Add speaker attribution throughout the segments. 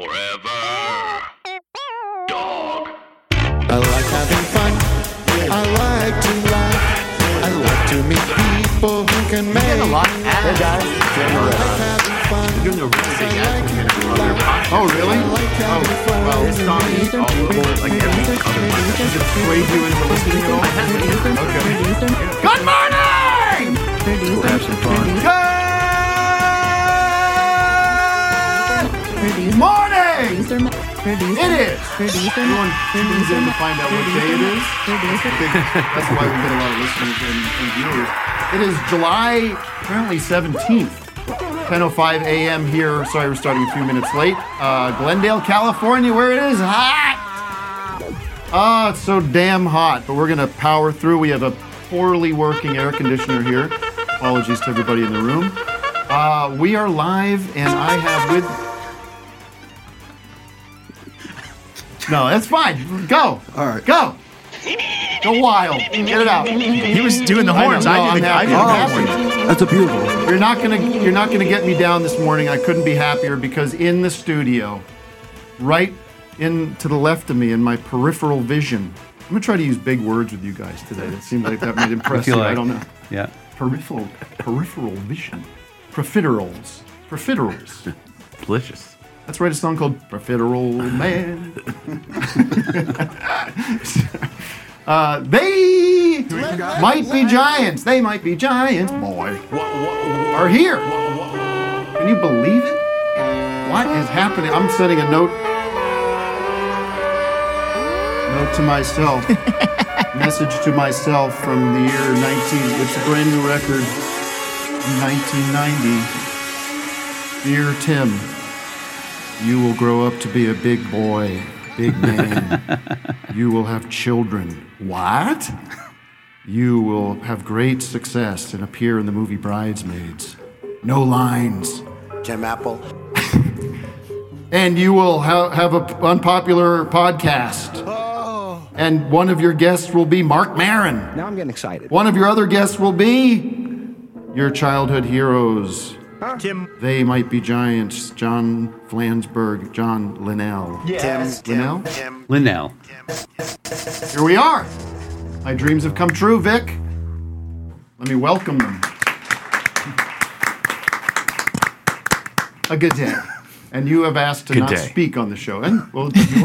Speaker 1: Forever. Dog.
Speaker 2: I like having fun. I like to laugh. I like to meet people who can make a lot
Speaker 3: Hey guys.
Speaker 2: having fun.
Speaker 3: doing a really big ad for minute on their podcast.
Speaker 4: Oh, really?
Speaker 2: Like having
Speaker 4: Oh,
Speaker 2: fun.
Speaker 4: well,
Speaker 3: This song is all over like every other podcast. It's just swayed you into listening at all. Good morning!
Speaker 4: We'll have some fun.
Speaker 3: Good morning! It is!
Speaker 4: Everyone tunes in to find out what day it is. I think that's why we get a lot of listeners and, and viewers. It is July, apparently oh 17th. 10.05 a.m. here. Sorry we're starting a few minutes late. Uh, Glendale, California, where it is hot! Ah, it's so damn hot, but we're going to power through. We have a poorly working air conditioner here. Apologies to everybody in the room. Uh, we are live, and I have with... No, that's fine. Go.
Speaker 3: All right.
Speaker 4: Go. Go wild. Get it out.
Speaker 3: He was doing the horns.
Speaker 4: know,
Speaker 3: I did the,
Speaker 4: I'm
Speaker 3: I did the
Speaker 4: happy. Oh,
Speaker 3: horns.
Speaker 5: That's a beautiful.
Speaker 4: You're not gonna you're not gonna get me down this morning. I couldn't be happier because in the studio, right in to the left of me in my peripheral vision. I'm gonna try to use big words with you guys today. It seems like that might impress you. I
Speaker 5: like-
Speaker 4: don't know.
Speaker 5: Yeah.
Speaker 4: Peripheral peripheral vision. Profiteroles. Profiteroles.
Speaker 5: Delicious.
Speaker 4: Let's write a song called Profiteral Man. uh, they might be giants. They might be giants, boy. Are here. Can you believe it? What is happening? I'm sending a note. Note to myself. Message to myself from the year 19. It's a brand new record. 1990. Dear Tim. You will grow up to be a big boy, big man. you will have children. What? You will have great success and appear in the movie Bridesmaids. No lines.
Speaker 3: Tim Apple.
Speaker 4: And you will ha- have an unpopular podcast. And one of your guests will be Mark Marin.
Speaker 6: Now I'm getting excited.
Speaker 4: One of your other guests will be your childhood heroes.
Speaker 3: Tim.
Speaker 4: They might be giants. John Flansburgh, John Linnell.
Speaker 3: Tim.
Speaker 4: Linnell?
Speaker 5: Linnell.
Speaker 4: Here we are. My dreams have come true, Vic. Let me welcome them. A good day. And you have asked to
Speaker 3: Good
Speaker 4: not
Speaker 3: day.
Speaker 4: speak on the show. And well, you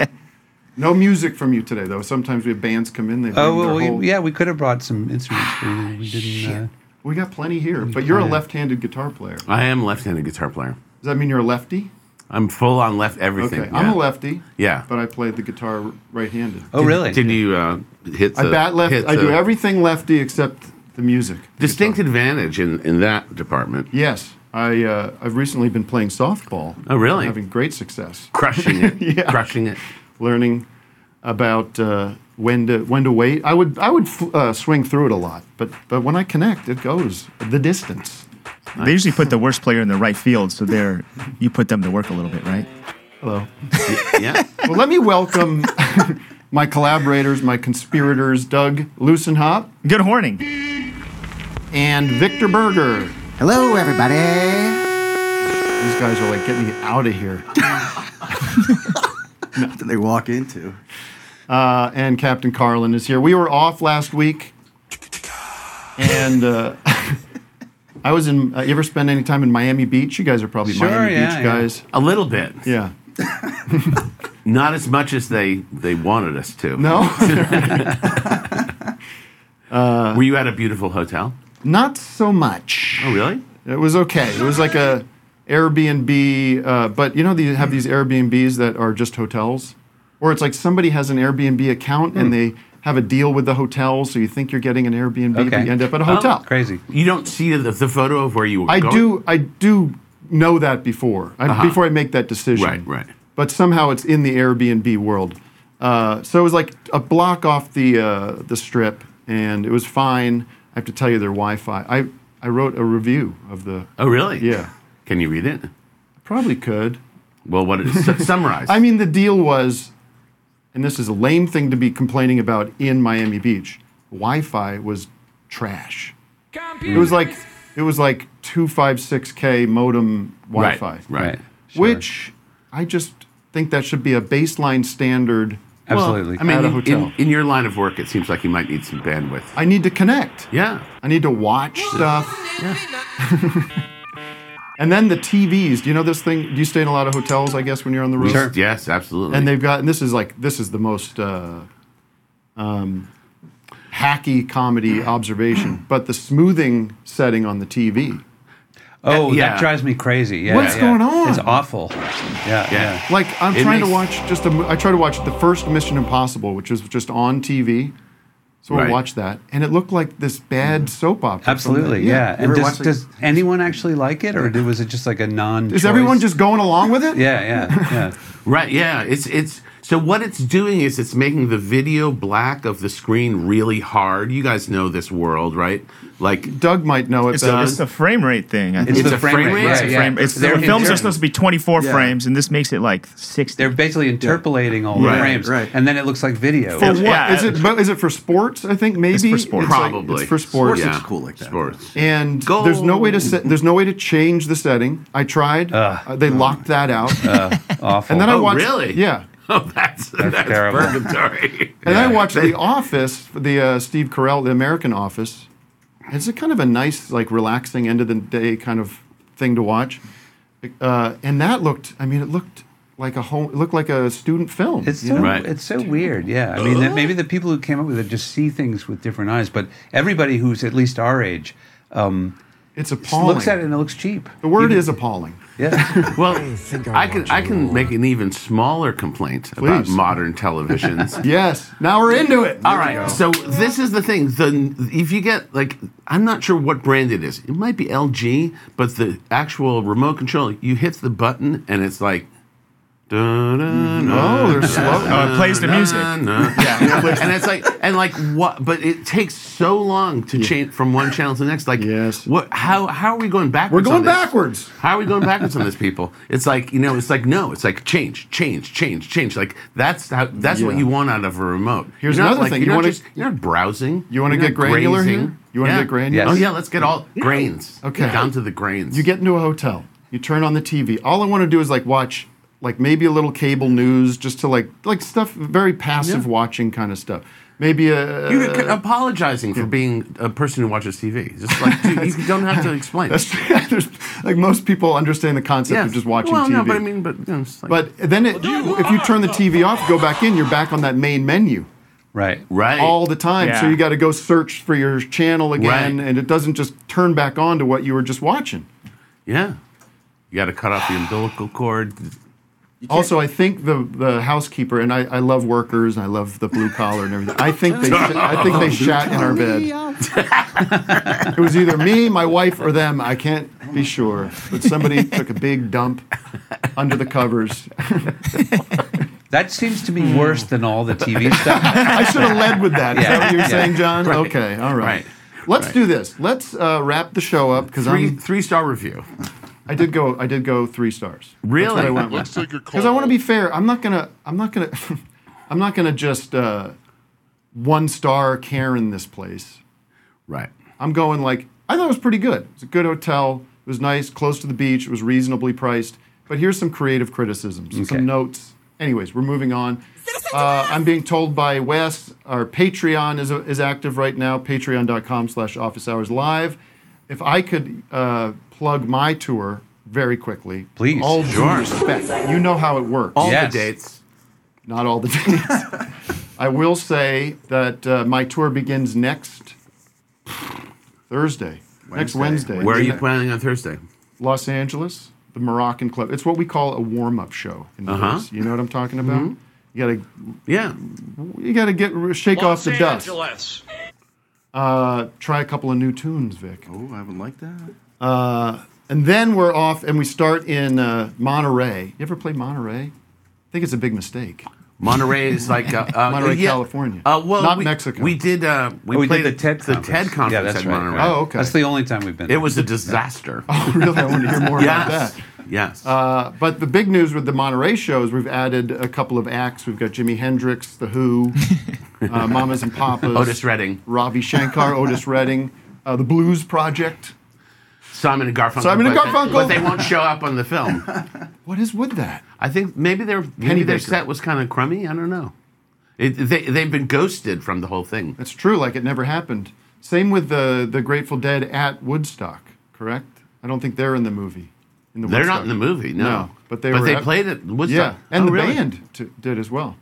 Speaker 4: are. no music from you today, though. Sometimes we have bands come in. They bring
Speaker 5: Oh well,
Speaker 4: their
Speaker 5: we,
Speaker 4: whole,
Speaker 5: yeah, we could have brought some instruments. but we- we didn't. Uh,
Speaker 4: We got plenty here. But you're a left-handed guitar player. Does
Speaker 7: I am a left-handed guitar player.
Speaker 4: that mean you're a lefty?
Speaker 7: I'm full on left everything.
Speaker 4: Okay, I'm a
Speaker 7: yeah.
Speaker 4: lefty.
Speaker 7: Yeah.
Speaker 4: But I play the guitar right-handed.
Speaker 5: oh really?
Speaker 7: Did you uh, hit?
Speaker 4: I
Speaker 7: the-
Speaker 4: bat left.
Speaker 7: hit
Speaker 4: I do
Speaker 7: the
Speaker 4: everything lefty except the music. the guitar.
Speaker 7: Distinct advantage in, in that department.
Speaker 4: Yes, I uh, I've recently been playing softball.
Speaker 7: Oh, really?
Speaker 4: I'm having great success.
Speaker 7: Crushing it. Crushing it.
Speaker 4: Learning about uh, when to when to wait. I would I would f- uh, swing through it a lot, but but when I connect, it goes the distance.
Speaker 3: They usually put the worst player in the right field, so they're you put them to work a little bit, right?
Speaker 4: Hello.
Speaker 7: Yeah.
Speaker 4: Well, let me welcome my collaborators, my conspirators, Doug Lucenhop
Speaker 3: Good horning.
Speaker 4: and Victor Berger.
Speaker 6: Hello, everybody.
Speaker 4: These guys are like, get me out of here.
Speaker 3: That they walk into.
Speaker 4: Uh, and Captain Carlin is here. We were off last week, and uh, I was in. Uh, you ever spend any time in Miami Beach? You guys are probably
Speaker 5: Sure,
Speaker 4: Miami
Speaker 5: yeah,
Speaker 4: Beach
Speaker 5: yeah.
Speaker 4: guys.
Speaker 7: A little bit.
Speaker 4: Yeah.
Speaker 7: Not as much as they they wanted us to.
Speaker 4: No,
Speaker 7: Were you at a beautiful hotel?
Speaker 4: not so much.
Speaker 7: Oh, really?
Speaker 4: It was okay. It was like a Airbnb, uh, but you know they have these Airbnbs that are just hotels, or it's like somebody has an Airbnb account
Speaker 7: Hmm.
Speaker 4: and they have a deal with the hotel, so you think you're getting an Airbnb, but
Speaker 5: Okay.
Speaker 4: you end up at a
Speaker 7: Oh,
Speaker 4: hotel.
Speaker 5: Crazy.
Speaker 7: You don't see the, the photo of where you were
Speaker 4: I
Speaker 7: going?
Speaker 4: do. I do know that before I, before I make that decision.
Speaker 7: Uh-huh. Right, right.
Speaker 4: But somehow it's in the Airbnb world. Uh, so it was like a block off the uh, the strip, and it was fine. I have to tell you, their Wi-Fi. I I wrote a review of the.
Speaker 7: Oh, really?
Speaker 4: Yeah,
Speaker 7: Can you read it?
Speaker 4: probably could.
Speaker 7: Well, what is su- summarize?
Speaker 4: I mean, the deal was, and this is a lame thing to be complaining about in Miami Beach. Wi-Fi was trash. It was like it was like two five six k modem
Speaker 7: right,
Speaker 4: Wi-Fi.
Speaker 7: Right.
Speaker 4: which I just think that should be a baseline standard.
Speaker 7: Well,
Speaker 5: Absolutely.
Speaker 7: I mean,
Speaker 4: At a
Speaker 7: in-
Speaker 4: hotel.
Speaker 7: In, in your line of work, it seems like you might need some bandwidth.
Speaker 4: I need to connect.
Speaker 7: yeah.
Speaker 4: I need to watch stuff. and then the TVs. Do you know this thing? Do you stay in a lot of hotels? I guess when you're on the road.
Speaker 5: Sure.
Speaker 7: Yes, absolutely.
Speaker 4: And they've got. And this is like this is the most uh, um, hacky comedy observation. But the smoothing setting on the TV.
Speaker 5: oh,
Speaker 7: yeah.
Speaker 5: that drives me crazy. Yeah,
Speaker 4: What's
Speaker 5: yeah.
Speaker 4: going on?
Speaker 5: It's awful. Yeah, yeah.
Speaker 4: Like I'm
Speaker 7: It
Speaker 4: trying to watch
Speaker 7: makes-
Speaker 4: just a mo- I try to watch the first Mission Impossible, which was just on TV. So I
Speaker 7: Right.
Speaker 4: watched that, and it looked like this bad soap opera. from
Speaker 5: Mm-hmm. Absolutely,
Speaker 4: the-
Speaker 5: yeah. And
Speaker 7: ever
Speaker 5: does,
Speaker 7: watch, like-
Speaker 5: does anyone actually like it, or did- was it just like a non?
Speaker 4: Is everyone just going along with it?
Speaker 5: Yeah, yeah, yeah.
Speaker 7: Right. Yeah. It's it's so what it's doing is it's making the video black of the screen really hard. You guys know this world, right? Like
Speaker 4: Doug might know it.
Speaker 8: It's,
Speaker 4: better.
Speaker 8: a, it's the frame rate thing. I think.
Speaker 5: It's,
Speaker 7: It's
Speaker 5: the
Speaker 7: a
Speaker 5: frame,
Speaker 7: frame
Speaker 5: rate.
Speaker 7: rate?
Speaker 5: right,
Speaker 7: It's a
Speaker 5: yeah.
Speaker 8: frame. It's
Speaker 5: They're
Speaker 8: the films are
Speaker 5: inter-
Speaker 8: supposed to be 24
Speaker 9: Yeah.
Speaker 8: frames, and this makes it like 60.
Speaker 5: They're basically interpolating all the
Speaker 7: Right,
Speaker 5: frames,
Speaker 9: right.
Speaker 5: and then it looks like video.
Speaker 4: for what?
Speaker 8: yeah.
Speaker 4: Is it but is it for sports? I think maybe
Speaker 8: for sports.
Speaker 4: like-
Speaker 7: probably
Speaker 4: it's for sports.
Speaker 7: Yeah.
Speaker 9: looks cool like that.
Speaker 7: Sports.
Speaker 4: And
Speaker 7: Goal.
Speaker 4: there's no way to set, there's no way to change the setting. I tried. Uh, they locked that out.
Speaker 5: Awful.
Speaker 4: and then I
Speaker 7: Oh,
Speaker 4: watched.
Speaker 7: really?
Speaker 4: Yeah.
Speaker 7: Oh, that's that's,
Speaker 5: terrible.
Speaker 7: purgatory.
Speaker 4: And I watched The Office, the uh, Steve Carell, the American Office. It's a kind of a nice, like relaxing end of the day kind of thing to watch. Uh, and that looked, I mean, it looked like a home, it looked like a student film.
Speaker 5: Oh, It's so
Speaker 7: Right.
Speaker 5: it's so weird. Yeah, I mean, that maybe the people who came up with it just see things with different eyes, but everybody who's at least our age um,
Speaker 4: it's
Speaker 5: s-
Speaker 4: appalling.
Speaker 5: looks at it and it looks cheap.
Speaker 4: the word is appalling.
Speaker 5: Yeah,
Speaker 7: Well, I can I can make an even smaller complaint about
Speaker 4: Please.
Speaker 7: modern televisions.
Speaker 4: Yes. Now we're into it.
Speaker 7: All right. So this is the thing. The if you get like I'm not sure what brand it is. It might be LG, but the actual remote control, you hit the button and it's like dun, dun,
Speaker 4: Oh, they're slow.
Speaker 8: Oh, it plays the music.
Speaker 7: Yeah. and it's like and like what but it takes so long to change from one channel to the next. Like
Speaker 4: Yes.
Speaker 7: what how how are we going
Speaker 4: We're
Speaker 7: backwards? on
Speaker 4: going
Speaker 7: this?
Speaker 4: backwards.
Speaker 7: How are we going backwards on this, people? It's like you know, it's like no, it's like change, change, change, change. Like that's how that's what
Speaker 4: Yeah.
Speaker 7: you want out of a remote.
Speaker 4: Here's
Speaker 7: You're not,
Speaker 4: another
Speaker 7: like,
Speaker 4: thing.
Speaker 7: You're
Speaker 4: You
Speaker 7: not
Speaker 4: wanna-
Speaker 7: just- you're not browsing.
Speaker 4: You wanna
Speaker 7: You're
Speaker 4: get
Speaker 7: not
Speaker 4: granular here?
Speaker 7: grazing.
Speaker 4: You wanna
Speaker 7: Yeah.
Speaker 4: get granular?
Speaker 7: Oh
Speaker 5: Yes.
Speaker 7: yeah, let's get all grains.
Speaker 4: Okay.
Speaker 7: down to the grains.
Speaker 4: You get into a hotel. You turn on the TV. All I want to do is like watch like maybe a little cable news just to like like stuff very passive
Speaker 7: Yeah.
Speaker 4: watching kind of stuff. Maybe uh, a
Speaker 7: You're c- apologizing for being a person who watches TV. Just like dude, you don't have to explain.
Speaker 4: There's- like most people understand the concept
Speaker 7: Yes.
Speaker 4: of just watching
Speaker 7: well,
Speaker 4: TV.
Speaker 7: no, but I mean, but you know, it's like,
Speaker 4: But then it, you, if you turn the TV off, go back in, you're back on that main menu
Speaker 5: right.
Speaker 7: right,
Speaker 4: all the time. So
Speaker 8: Yeah.
Speaker 4: you got to go search for your channel again,
Speaker 7: Right.
Speaker 4: and it doesn't just turn back on to what you were just watching.
Speaker 7: yeah. You got to cut off the umbilical cord.
Speaker 4: Also, I think the the housekeeper and I, I love workers and I love the blue collar and everything. I think they I think they shat in our bed. it was either me, my wife, or them. I can't be sure, but somebody took a big dump under the covers.
Speaker 5: That seems to be worse than all the TV stuff.
Speaker 4: I should have led with that. Is that what you're
Speaker 5: Yeah.
Speaker 4: saying, John?
Speaker 7: Right.
Speaker 4: Okay, all right.
Speaker 7: Right.
Speaker 4: Let's
Speaker 7: Right.
Speaker 4: do this. Let's uh, wrap the show up because
Speaker 7: Three
Speaker 4: I
Speaker 7: three star review.
Speaker 4: did go I did go three stars.
Speaker 7: Really?
Speaker 4: That's what I went with.
Speaker 1: Let's take a call.
Speaker 4: because I want to be fair. I'm not gonna. I'm not gonna. I'm not gonna just uh, one star Karen this place.
Speaker 7: Right.
Speaker 4: I'm going like I thought it was pretty good. It's a good hotel. It was nice, close to the beach. It was reasonably priced. But here's some creative criticisms,
Speaker 5: Okay.
Speaker 4: some notes. Anyways, we're moving on. Uh, I'm being told by Wes our Patreon is, uh, is active right now. Patreon.com/slash Office Hours Live. If I could uh, plug my tour very quickly,
Speaker 5: Please.
Speaker 4: All due
Speaker 7: Sure.
Speaker 4: respect. You know how it works
Speaker 7: All
Speaker 5: Yes.
Speaker 7: the dates.
Speaker 4: not all the days. I will say that uh, my tour begins next Thursday, next Wednesday.
Speaker 7: Where are you planning on Thursday?
Speaker 4: Los Angeles, the Moroccan Club. It's what we call a warm-up show in
Speaker 7: Uh-huh. Mm-hmm.
Speaker 4: Vegas. You know what I'm talking about? You
Speaker 7: Yeah.
Speaker 4: gotta, you gotta get shake off the dust.
Speaker 1: Angeles.
Speaker 4: Uh, try a couple of new tunes, Vic,
Speaker 9: Oh, I haven't liked that.
Speaker 4: and then we're off, and we start in uh, Monterey. You ever play Monterey? I think it's a big mistake.
Speaker 7: Monterey is like uh, uh,
Speaker 4: Monterey,
Speaker 7: yeah.
Speaker 4: California.
Speaker 7: Uh, well,
Speaker 4: Not
Speaker 7: we,
Speaker 4: Mexico.
Speaker 7: We did. Uh, we,
Speaker 5: Oh, we
Speaker 7: played
Speaker 5: did the TED
Speaker 7: the
Speaker 5: conference.
Speaker 7: TED conference
Speaker 5: Yeah, that's
Speaker 7: at
Speaker 5: right.
Speaker 7: Monterey.
Speaker 4: Oh, okay.
Speaker 5: That's the only time we've been.
Speaker 7: It
Speaker 5: there.
Speaker 7: was a disaster.
Speaker 4: Oh, really? I want to hear more about
Speaker 7: yes.
Speaker 4: that.
Speaker 7: Yes.
Speaker 4: Uh, but the big news with the Monterey shows, we've added a couple of acts. We've got Jimi Hendrix, The Who, uh, Mamas and Papas,
Speaker 7: Otis Redding.
Speaker 4: Ravi Shankar, Otis Redding, uh, The Blues Project.
Speaker 7: Simon and Garfunkel.
Speaker 4: Simon and
Speaker 7: but they-
Speaker 4: Garfunkel.
Speaker 7: but they won't show up on the film.
Speaker 4: What is with that?
Speaker 7: I think maybe their maybe their
Speaker 4: Baker.
Speaker 7: set was kind of crummy. I don't know. It, they they've been ghosted from the whole thing.
Speaker 4: That's true. Like it never happened. Same with the the Grateful Dead at Woodstock. Correct. I don't think they're in the movie. In the
Speaker 7: They're
Speaker 4: Woodstock.
Speaker 7: not in the movie. No,
Speaker 4: but they
Speaker 7: but
Speaker 4: were
Speaker 7: they
Speaker 4: at-
Speaker 7: played it.
Speaker 4: Yeah,
Speaker 7: Woodstock.
Speaker 4: and
Speaker 7: Oh,
Speaker 4: the
Speaker 7: really?
Speaker 4: band t- did as well.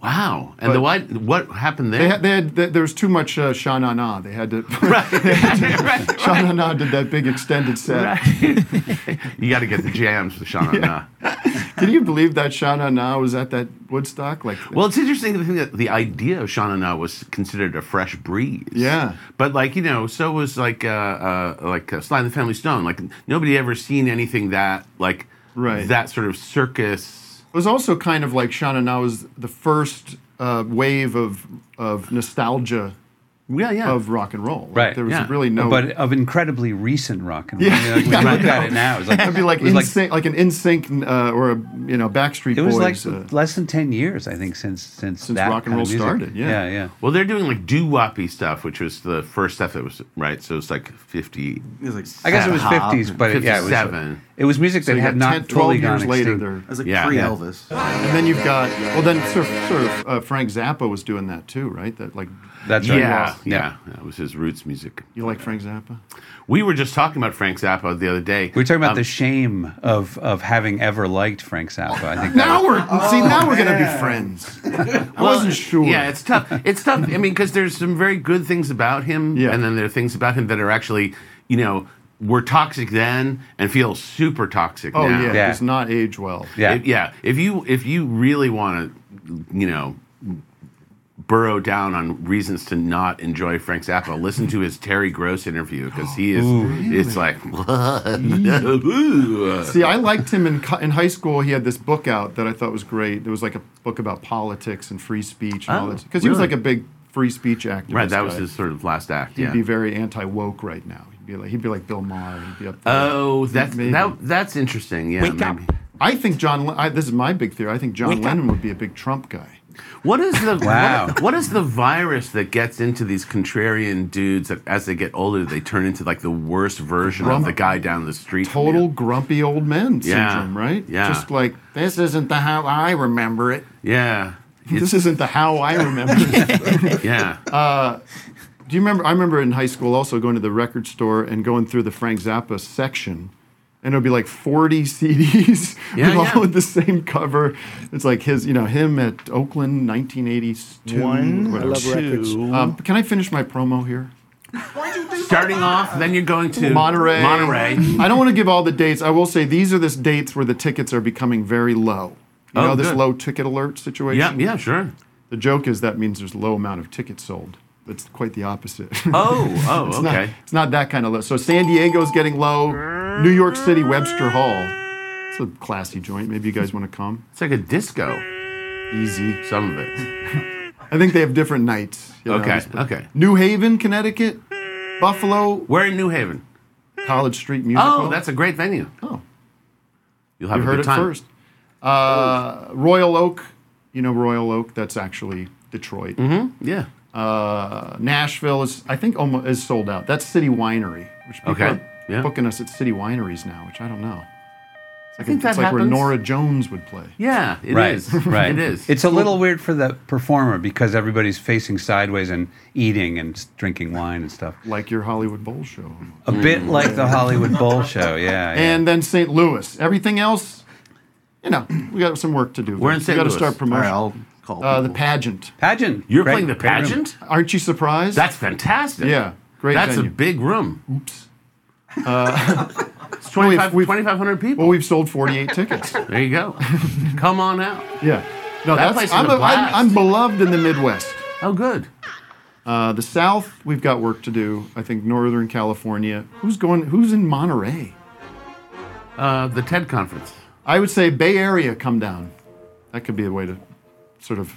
Speaker 7: Wow. And the why, what happened
Speaker 4: They
Speaker 7: there?
Speaker 4: had, they had th there was too much uh, Sha Na Na. They had to. Right. Sha Na Na did that big extended set.
Speaker 7: you got to get the jams for Shauna.
Speaker 4: Can you believe that Sha Na Na was at that Woodstock? Like,
Speaker 7: Well, it's interesting to think that the idea of Shauna Na was considered a fresh breeze.
Speaker 4: Yeah.
Speaker 7: But like you know, so was like uh, uh, like uh, Sly and the Family Stone. Like nobody ever seen anything that like
Speaker 4: Right.
Speaker 7: that sort of circus.
Speaker 4: It was also kind of like Sha Na Na was the first uh, wave of of nostalgia
Speaker 7: Yeah, yeah.
Speaker 4: of rock and roll. Like,
Speaker 5: Right,
Speaker 4: There was
Speaker 7: yeah.
Speaker 4: really no.
Speaker 5: but of incredibly recent rock and roll.
Speaker 4: Yeah.
Speaker 5: I mean, like, when
Speaker 4: Yeah, I
Speaker 5: you look at it now, it's like
Speaker 4: It'd be like
Speaker 5: it was
Speaker 4: in sync, like, an in sync uh, or a you know Backstreet
Speaker 5: it was like
Speaker 4: Boys. uh,
Speaker 5: less than ten years, I think, since since
Speaker 4: Since
Speaker 5: that
Speaker 4: rock and
Speaker 5: kind of
Speaker 4: roll
Speaker 5: music.
Speaker 4: started, yeah.
Speaker 5: yeah, yeah.
Speaker 7: Well, they're doing like doo woppy stuff, which was the first stuff that was right. So it's like
Speaker 3: It
Speaker 7: fifty.
Speaker 3: was like,
Speaker 5: I guess it was
Speaker 3: hop.
Speaker 5: fifties, but it- Uh, yeah, it was,
Speaker 7: Fifty-seven.
Speaker 5: it was music
Speaker 4: so
Speaker 5: that
Speaker 4: you
Speaker 5: had
Speaker 4: got
Speaker 5: not
Speaker 4: 10, 12
Speaker 5: fully
Speaker 4: years
Speaker 5: gone
Speaker 4: later.
Speaker 5: extinct.
Speaker 4: There,
Speaker 3: It was like
Speaker 7: Yeah.
Speaker 3: pre
Speaker 7: Yeah.
Speaker 3: Elvis.
Speaker 4: and then you've got well, then sort of, sort of uh, Frank Zappa was doing that too, right? That like
Speaker 5: That's
Speaker 7: Yeah,
Speaker 5: right.
Speaker 7: yeah, That was his roots music.
Speaker 4: you like Frank Zappa.
Speaker 7: We were just talking about Frank Zappa the other day.
Speaker 5: We We're talking about
Speaker 7: Um,
Speaker 5: the shame of of having ever liked Frank Zappa. I think that
Speaker 4: Now
Speaker 5: was-
Speaker 4: we're see now we're gonna be friends. I wasn't sure.
Speaker 7: Yeah, it's tough. It's tough. I mean, because there's some very good things about him,
Speaker 4: Yeah.
Speaker 7: and then there are things about him that are actually, you know, were toxic then and feel super toxic
Speaker 4: oh
Speaker 7: now.
Speaker 4: yeah,
Speaker 5: Yeah.
Speaker 4: it does not age well.
Speaker 5: yeah.
Speaker 7: If, yeah. If you if you really want to, you know, burrow down on reasons to not enjoy Frank Zappa, listen to his Terry Gross interview because he is. It's like what? Ooh.
Speaker 4: See, I liked him in co- in high school. He had this book out that I thought was great. There was like a book about politics and free speech and all
Speaker 7: Oh,
Speaker 4: that because he was
Speaker 7: really?
Speaker 4: like a big free speech activist.
Speaker 7: Right. That was
Speaker 4: guy.
Speaker 7: his sort of last act.
Speaker 4: He'd
Speaker 7: Yeah.
Speaker 4: be very anti woke right now. He'd be like he'd be like Bill Maher. He'd be up there.
Speaker 7: Oh, that's
Speaker 4: Maybe.
Speaker 7: that, that's interesting. Yeah,
Speaker 6: Wake up.
Speaker 7: maybe.
Speaker 4: I think John. Le- I, this is my big theory. I think John
Speaker 6: Wake up.
Speaker 4: Lennon would be a big Trump guy.
Speaker 7: What is the
Speaker 5: Wow.
Speaker 7: what- what is the virus that gets into these contrarian dudes that as they get older they turn into like the worst version
Speaker 4: Grump-
Speaker 7: of the guy down the street? from
Speaker 4: Total
Speaker 7: you?
Speaker 4: grumpy old men
Speaker 7: Yeah.
Speaker 4: syndrome, right?
Speaker 7: Yeah.
Speaker 4: Just like this isn't the how I remember it.
Speaker 7: Yeah.
Speaker 4: this isn't the how I remember it.
Speaker 7: Yeah.
Speaker 4: Do you remember? I remember in high school also going to the record store and going through the Frank Zappa section. And it would be like 40 CDs,
Speaker 7: Yeah,
Speaker 4: with
Speaker 7: yeah.
Speaker 4: all with the same cover. It's like his, you know, him at Oakland, 1982.
Speaker 8: One,
Speaker 4: whatever.
Speaker 8: two.
Speaker 4: Um, can I finish my promo here?
Speaker 7: Starting off, then you're going to
Speaker 4: Monterey.
Speaker 7: Monterey.
Speaker 4: I don't want to give all the dates. I will say these are the dates where the tickets are becoming very low. You
Speaker 7: Oh,
Speaker 4: know this
Speaker 7: good.
Speaker 4: low ticket alert situation.
Speaker 7: Yeah. Yeah. Sure.
Speaker 4: The joke is that means there's low amount of tickets sold. That's quite the opposite.
Speaker 7: Oh. Oh.
Speaker 4: It's not-
Speaker 7: okay.
Speaker 4: it's not that kind of low. So San Diego's getting low. New York City, Webster Hall. It's a classy joint. Maybe you guys want to come.
Speaker 7: It's like a disco.
Speaker 4: Easy.
Speaker 7: Some of it.
Speaker 4: I think they have different nights. you know,
Speaker 7: Okay.
Speaker 4: just-
Speaker 7: Okay.
Speaker 4: New Haven, Connecticut. Buffalo,
Speaker 7: We're in New Haven.
Speaker 4: College Street Music
Speaker 7: Oh,
Speaker 4: Hall.
Speaker 7: that's a great venue.
Speaker 4: Oh,
Speaker 7: You'll have
Speaker 4: you
Speaker 7: a
Speaker 4: heard
Speaker 7: good
Speaker 4: it
Speaker 7: time.
Speaker 4: first. Uh, Royal Oak. You know Royal Oak. That's actually
Speaker 7: Mm-hmm.
Speaker 4: Detroit.
Speaker 7: Yeah.
Speaker 4: Uh, Nashville is, I think, almost is sold out. That's City Winery, which people
Speaker 7: Okay,
Speaker 4: are
Speaker 7: yeah.
Speaker 4: booking us at City Wineries now, which I don't know. It's like,
Speaker 7: think
Speaker 4: it's
Speaker 7: that
Speaker 4: like where
Speaker 7: happens.
Speaker 4: Nora Jones would play.
Speaker 7: Yeah. It is.
Speaker 5: right, right.
Speaker 7: It is.
Speaker 5: It's a little weird for the performer because everybody's facing sideways and eating and s- drinking wine and stuff.
Speaker 4: Like your Hollywood Bowl show. almost.
Speaker 5: A bit
Speaker 7: Mm.
Speaker 5: like the Hollywood Bowl show. Yeah. yeah.
Speaker 4: And then St. Louis. Everything else, you know, we got some work to do.
Speaker 7: We're in
Speaker 4: We
Speaker 7: St.
Speaker 4: got to
Speaker 7: Louis.
Speaker 3: All
Speaker 4: start
Speaker 3: right,
Speaker 4: promotion.
Speaker 3: I'll call.
Speaker 4: uh, the
Speaker 3: people.
Speaker 4: pageant.
Speaker 5: pageant.
Speaker 7: You're
Speaker 5: Great-
Speaker 7: playing the
Speaker 5: great room.
Speaker 7: pageant.
Speaker 4: Aren't you surprised?
Speaker 7: That's fantastic.
Speaker 4: Yeah, great
Speaker 7: That's
Speaker 4: venue.
Speaker 7: a big room.
Speaker 4: Oops.
Speaker 7: It's 25
Speaker 4: we've-
Speaker 7: 2,500 people.
Speaker 4: Well, we've sold 48 tickets.
Speaker 7: there you go. Come on out.
Speaker 4: Yeah. No,
Speaker 7: That place
Speaker 4: that's, I'm,
Speaker 7: is a
Speaker 4: a- I'm,
Speaker 7: blast.
Speaker 4: I'm beloved in the Midwest.
Speaker 7: Oh, good.
Speaker 4: Uh, the South, we've got work to do. I think Northern California. Who's going? Who's in Monterey?
Speaker 7: Uh, the TED conference.
Speaker 4: I would say Bay Area, come down. That could be a way to sort of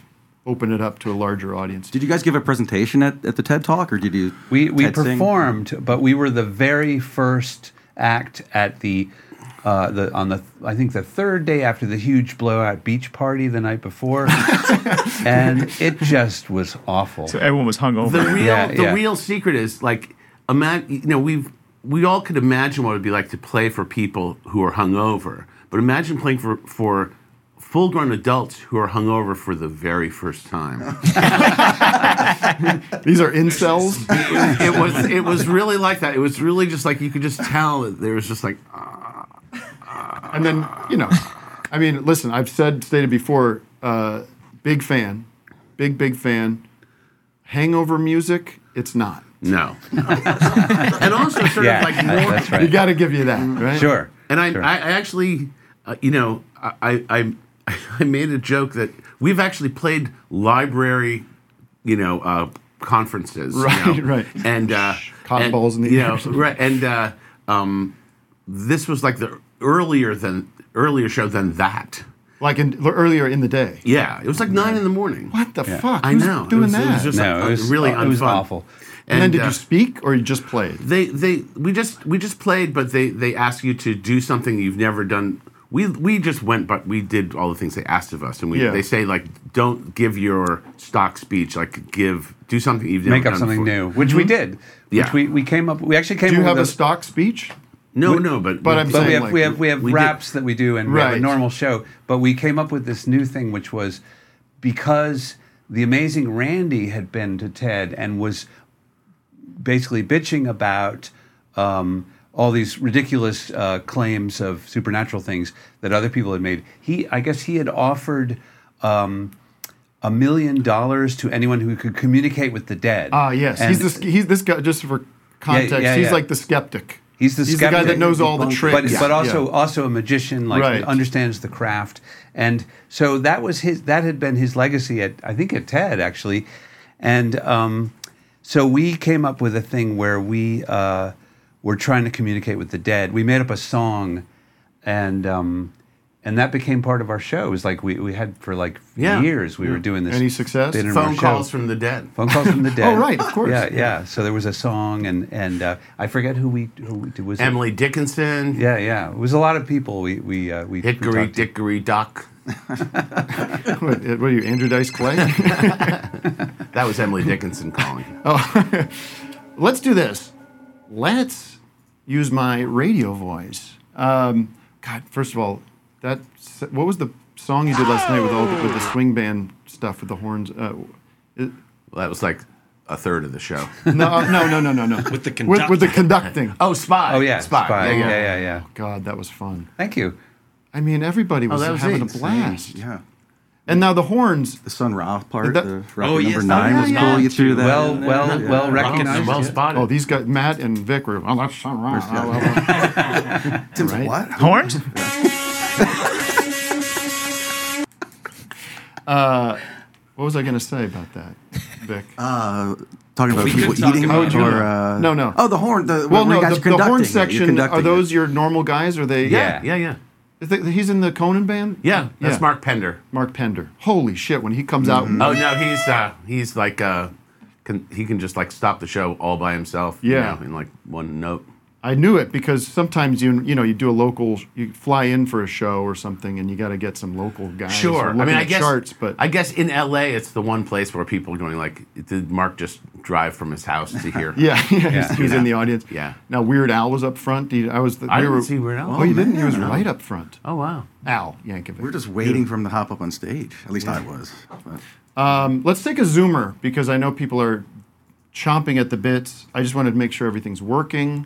Speaker 4: open it up to a larger audience.
Speaker 3: Did you guys give a presentation at, at the TED Talk, or did you?
Speaker 5: We we
Speaker 3: TED sing?
Speaker 5: performed, but we were the very first act at the uh, the on the I think the third day after the huge blowout beach party the night before, and it just was awful.
Speaker 8: So everyone was hungover.
Speaker 7: The real,
Speaker 5: Yeah,
Speaker 7: the
Speaker 5: yeah.
Speaker 7: real secret is like, imagine. You know, we've we all could imagine what it'd be like to play for people who are hungover, but imagine playing for for full-grown adults who are hungover for the very first time.
Speaker 4: These are incels.
Speaker 7: it was it was really like that. It was really just like you could just tell that there was just like
Speaker 4: and then you know, I mean, listen, I've said stated before, uh, big fan, big big fan. Hangover music, it's not.
Speaker 7: no, and also sort
Speaker 5: Yeah,
Speaker 7: of like more.
Speaker 5: that's
Speaker 4: You
Speaker 5: right.
Speaker 4: got to give you that, right?
Speaker 5: Sure.
Speaker 7: And I
Speaker 5: Sure.
Speaker 7: I, I actually, uh, you know, I, I I I made a joke that we've actually played library, you know, uh, conferences, you
Speaker 4: Right,
Speaker 7: know,
Speaker 4: right.
Speaker 7: and uh,
Speaker 4: Cotton
Speaker 7: and,
Speaker 4: balls in the
Speaker 7: you
Speaker 4: air.
Speaker 7: know, right, and uh, um, this was like the earlier than earlier show than that.
Speaker 4: Like in earlier in the day.
Speaker 7: Yeah, it was like nine in the morning.
Speaker 4: What the fuck?
Speaker 7: I
Speaker 4: Who's
Speaker 7: know
Speaker 4: doing
Speaker 7: it was,
Speaker 4: that.
Speaker 7: It was just
Speaker 5: No,
Speaker 7: like,
Speaker 5: it was-
Speaker 7: really
Speaker 5: it was
Speaker 7: unfun.
Speaker 5: awful.
Speaker 4: and, then did
Speaker 7: uh,
Speaker 4: you speak or you just played?
Speaker 7: They they we just we just played, but they they ask you to do something you've never done. We we just went, but we did all the things they asked of us, and we
Speaker 4: Yeah.
Speaker 7: they say like don't give your stock speech, like give do something you've never
Speaker 5: Make up
Speaker 7: done
Speaker 5: something
Speaker 7: before.
Speaker 5: new, which we did.
Speaker 7: Yeah.
Speaker 5: Which we, we came up. We actually came
Speaker 4: Do you
Speaker 5: up
Speaker 4: have a
Speaker 5: with
Speaker 4: stock speech?
Speaker 7: No, no, but
Speaker 4: but I'm
Speaker 5: But we
Speaker 4: saying,
Speaker 5: have,
Speaker 4: like,
Speaker 5: we have we have
Speaker 7: we did-
Speaker 5: raps that we do and we have a
Speaker 4: Right.
Speaker 5: normal show. But we came up with this new thing, which was because the amazing Randy had been to TED and was basically bitching about um, all these ridiculous uh, claims of supernatural things that other people had made. He, I guess, he had offered. Um, a million dollars to anyone who could communicate with the dead.
Speaker 4: Ah, yes.
Speaker 5: And-
Speaker 4: he's this. He's this guy. Just for context,
Speaker 5: yeah,
Speaker 4: he's
Speaker 5: yeah.
Speaker 4: like the skeptic.
Speaker 5: He's the
Speaker 4: guy that
Speaker 5: skeptic.
Speaker 4: knows all the tricks,
Speaker 5: but, but also
Speaker 4: Yeah.
Speaker 5: also a magician, like
Speaker 4: Right.
Speaker 5: understands the craft, and so that was his. That had been his legacy at I think at TED actually, and um, so we came up with a thing where we uh, were trying to communicate with the dead. We made up a song, and um, and that became part of our show. It was like we, we had for like
Speaker 7: Yeah.
Speaker 5: years we were doing this.
Speaker 4: Any success?
Speaker 5: bit in our
Speaker 7: phone
Speaker 5: show.
Speaker 7: calls from the dead.
Speaker 5: Phone calls from the dead.
Speaker 4: right, of course.
Speaker 5: Yeah, yeah. So there was a song, and and uh, I forget who we who we, did- was it-
Speaker 7: Emily Dickinson,
Speaker 5: Yeah, yeah. It was a lot of people. We we uh, we we
Speaker 7: Hickory
Speaker 5: talked to.
Speaker 7: Dickory Dock.
Speaker 4: What, what are you, Andrew Dice Clay?
Speaker 7: That was Emily Dickinson calling.
Speaker 4: Oh. Let's do this. Let's use my radio voice. Um, God, first of all, that what was the song you did last night with all the, with the swing band stuff with the horns? Uh, it-
Speaker 7: Well, that was like a third of the show.
Speaker 4: no, uh, no, no, no, no, no. With
Speaker 9: the
Speaker 4: with, the conducting. Oh,
Speaker 7: Oh, Spy.
Speaker 5: Oh yeah,
Speaker 7: Spy.
Speaker 5: spy.
Speaker 7: There you
Speaker 5: Yeah,
Speaker 7: go.
Speaker 5: yeah, yeah.
Speaker 4: God, that was fun.
Speaker 5: Thank you.
Speaker 4: I mean, everybody Oh, was,
Speaker 7: that was
Speaker 4: having a
Speaker 7: insane.
Speaker 4: blast.
Speaker 9: Yeah.
Speaker 4: And now the horns.
Speaker 9: The Sun Ra part,
Speaker 4: That-
Speaker 9: the rocket
Speaker 7: Oh, yes,
Speaker 9: number
Speaker 7: that-
Speaker 9: nine
Speaker 7: yeah,
Speaker 9: was
Speaker 7: yeah.
Speaker 9: pulling you through that.
Speaker 5: Well,
Speaker 9: Yeah.
Speaker 5: well,
Speaker 9: Yeah.
Speaker 5: well recognized.
Speaker 7: Well
Speaker 5: yeah.
Speaker 7: spotted.
Speaker 4: Oh, these guys, Matt and Vic were. Oh, that's so wrong.
Speaker 9: Tim's
Speaker 4: right.
Speaker 9: what?
Speaker 8: Horns?
Speaker 4: What was I going to say about that, Vic?
Speaker 9: Um, Talking about people could talk eating
Speaker 4: about- Oh,
Speaker 9: or
Speaker 4: no.
Speaker 9: uh,
Speaker 4: No, no.
Speaker 9: Oh, the horn. The, where
Speaker 4: well, no,
Speaker 9: you guys are
Speaker 4: the, the
Speaker 9: conducting
Speaker 4: horn
Speaker 9: it. You're
Speaker 4: section.
Speaker 9: conducting
Speaker 4: Are
Speaker 9: it.
Speaker 4: those your normal guys? Are they?
Speaker 7: yeah, yeah, yeah,
Speaker 4: Is that- He's in the Conan band.
Speaker 7: yeah. That's
Speaker 4: Yeah.
Speaker 7: Mark Pender.
Speaker 4: Mark Pender. Holy shit! When he comes
Speaker 9: Mm-hmm.
Speaker 4: out,
Speaker 7: Oh no, he's uh, he's like uh, can, he can just like stop the show all by himself.
Speaker 4: Yeah.
Speaker 7: you know, in like one note.
Speaker 4: I knew it because sometimes you you know you do a local, you fly in for a show or something, and you got to get some local guys.
Speaker 7: Sure, I
Speaker 4: looking
Speaker 7: mean, I
Speaker 4: at
Speaker 7: guess
Speaker 4: charts, but
Speaker 7: I guess in L.A. it's the one place where people are going like, did Mark just drive from his house to here?
Speaker 4: yeah, yeah, he's- he was in the audience.
Speaker 7: Yeah.
Speaker 4: Now Weird Al was up front. He- I was. The,
Speaker 7: I
Speaker 4: we
Speaker 7: didn't
Speaker 4: were-
Speaker 7: see Weird Al.
Speaker 4: Oh, you didn't. He was
Speaker 9: man.
Speaker 4: right up front.
Speaker 7: Oh wow.
Speaker 4: Al Yankovic.
Speaker 9: We're just waiting for him to hop up on stage. At least I was. But
Speaker 4: Um, let's take a zoomer because I know people are chomping at the bits. I just wanted to make sure everything's working.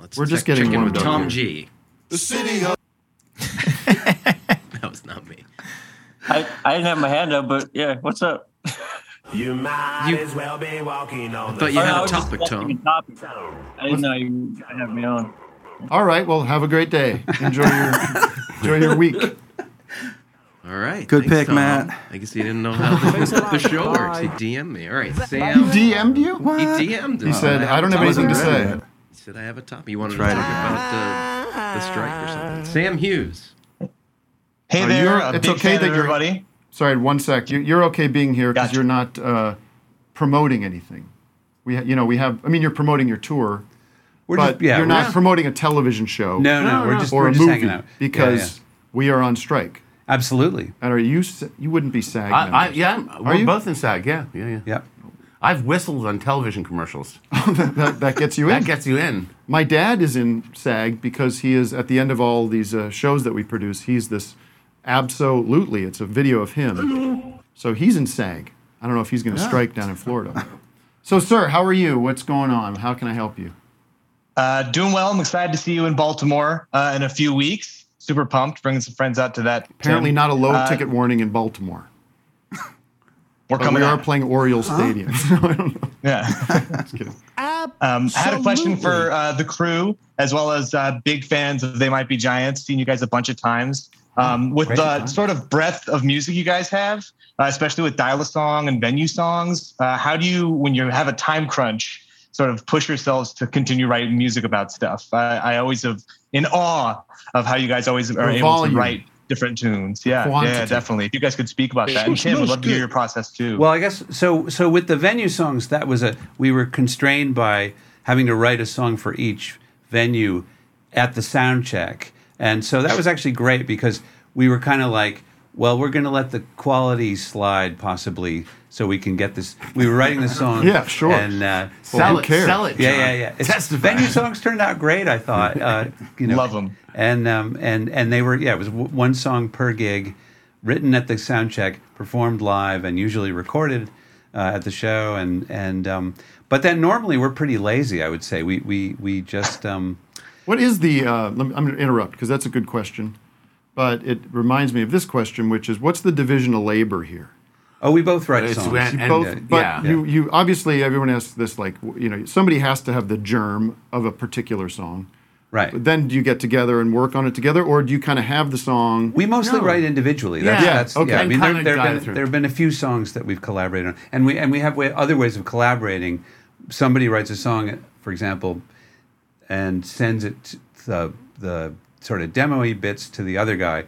Speaker 9: let's
Speaker 4: We're just getting warmed up.
Speaker 9: here.
Speaker 10: Tom G.
Speaker 2: The city of
Speaker 10: That was not me.
Speaker 11: I, I didn't have my hand up, but yeah, what's up?
Speaker 3: You might
Speaker 10: You-
Speaker 3: as well be walking on
Speaker 10: But you
Speaker 11: Oh, I
Speaker 10: had a
Speaker 11: was just
Speaker 10: topic,
Speaker 11: watching
Speaker 10: Tom.
Speaker 11: a topic. I didn't know you guys had me on.
Speaker 4: All right. Well, have a great day. Enjoy your enjoy your week.
Speaker 10: All right.
Speaker 9: Good
Speaker 10: thanks,
Speaker 9: pick,
Speaker 10: Tom.
Speaker 9: Matt.
Speaker 10: I guess he didn't know how the, the show works. He DM'd me. All right, Sam.
Speaker 4: DM'd you?
Speaker 9: What?
Speaker 10: He DM'd.
Speaker 4: He said, "I don't have anything to say."
Speaker 10: He said, I have a topic. You wanted
Speaker 9: That's
Speaker 10: to
Speaker 9: right,
Speaker 10: talk about the, the strike or
Speaker 4: Ah.
Speaker 10: something. Sam Hughes.
Speaker 11: Hey
Speaker 4: Are
Speaker 11: there,
Speaker 4: you-
Speaker 11: a
Speaker 4: it's
Speaker 11: big
Speaker 4: okay
Speaker 11: fan
Speaker 4: that
Speaker 11: of
Speaker 4: you're-
Speaker 11: everybody.
Speaker 4: Sorry, one sec. You- You're okay being here because
Speaker 11: Gotcha.
Speaker 4: you're not uh, promoting anything. We, ha- you know, we have. I mean, you're promoting your tour,
Speaker 5: We're
Speaker 4: but
Speaker 5: just, yeah,
Speaker 4: you're
Speaker 5: we're
Speaker 4: not
Speaker 5: just-
Speaker 4: promoting a television show
Speaker 5: no, no, We're just
Speaker 4: or
Speaker 5: we're
Speaker 4: a
Speaker 5: just
Speaker 4: movie
Speaker 5: hanging out Yeah,
Speaker 4: because
Speaker 5: yeah.
Speaker 4: we are on strike.
Speaker 5: absolutely.
Speaker 4: And are you? s- You wouldn't be SAG.
Speaker 7: I, I
Speaker 4: members.
Speaker 7: yeah, I'm- we're
Speaker 4: you?
Speaker 7: both in SAG. Yeah, yeah, yeah.
Speaker 5: Yep.
Speaker 7: I've whistled on television commercials.
Speaker 4: that, that gets you in. That
Speaker 7: gets you in.
Speaker 4: My dad is in SAG because he is at the end of all these uh, shows that we produce. He's this absolutely. It's a video of him. So he's in SAG. I don't know if he's going to
Speaker 11: Yeah.
Speaker 4: strike down in Florida. So, sir, how are you? What's going on? How can I help you?
Speaker 12: Uh, doing well. I'm excited to see you in Baltimore uh, in a few weeks. Super pumped. Bringing some friends out to that.
Speaker 4: Apparently,
Speaker 12: Tim.
Speaker 4: not a low
Speaker 12: Uh,
Speaker 4: ticket warning in Baltimore.
Speaker 12: We're
Speaker 4: But
Speaker 12: coming.
Speaker 4: We are
Speaker 12: up.
Speaker 4: playing Oriole
Speaker 12: Huh?
Speaker 4: Stadium. So I don't know.
Speaker 12: Yeah.
Speaker 4: Just kidding.
Speaker 12: Um, I had a question
Speaker 4: Absolutely.
Speaker 12: for uh, the crew, as well as uh, big fans of They Might Be Giants. Seen you guys a bunch of times. Um, with
Speaker 13: Great
Speaker 12: the
Speaker 13: times.
Speaker 12: sort of breadth of music you guys have, uh, especially with dial a song and venue songs, uh, how do you, when you have a time crunch, sort of push yourselves to continue writing music about stuff? I, I always have in awe of how you guys always are
Speaker 4: Or
Speaker 12: able
Speaker 4: volume.
Speaker 12: to write different tunes. Yeah, yeah,
Speaker 5: Quantity.
Speaker 12: definitely. If you guys could speak about that, and Tim, I'd love to hear your process too.
Speaker 5: Well, I guess so. So with the venue songs, that was a we were constrained by having to write a song for each venue at the sound check, and so that was actually great because we were kind of like, well, we're going to let the quality slide possibly, so we can get this. We were writing the song,
Speaker 4: Yeah, sure.
Speaker 5: and uh,
Speaker 4: Well, who Sell it, cares? sell it,
Speaker 5: yeah,
Speaker 4: John.
Speaker 5: yeah, yeah. It's-
Speaker 4: Testify.
Speaker 5: Venue songs turned out great. I thought, uh, you know,
Speaker 12: Love 'em.
Speaker 5: and um, and and they were yeah, it was w- one song per gig, written at the sound check, performed live, and usually recorded uh, at the show. And and um, but then normally we're pretty lazy. I would say we we we just um,
Speaker 4: What is the? Uh, let me, I'm going to interrupt because that's a good question, but it reminds me of this question, which is, what's the division of labor here?
Speaker 5: Oh, we both write
Speaker 4: You
Speaker 5: songs.
Speaker 4: both-
Speaker 5: And, uh,
Speaker 4: but
Speaker 5: yeah.
Speaker 4: you, you obviously everyone asks this like w- you know somebody has to have the germ of a particular song,
Speaker 5: right?
Speaker 4: But then do you get together and work on it together, or do you kind of have the song?
Speaker 5: We mostly write individually. That's, that's,
Speaker 4: okay.
Speaker 5: Yeah, I mean, there, there, have been, there have been a few songs that we've collaborated on, and we and we have way, other ways of collaborating. Somebody writes a song, for example, and sends it t- the the sort of demoy bits to the other guy,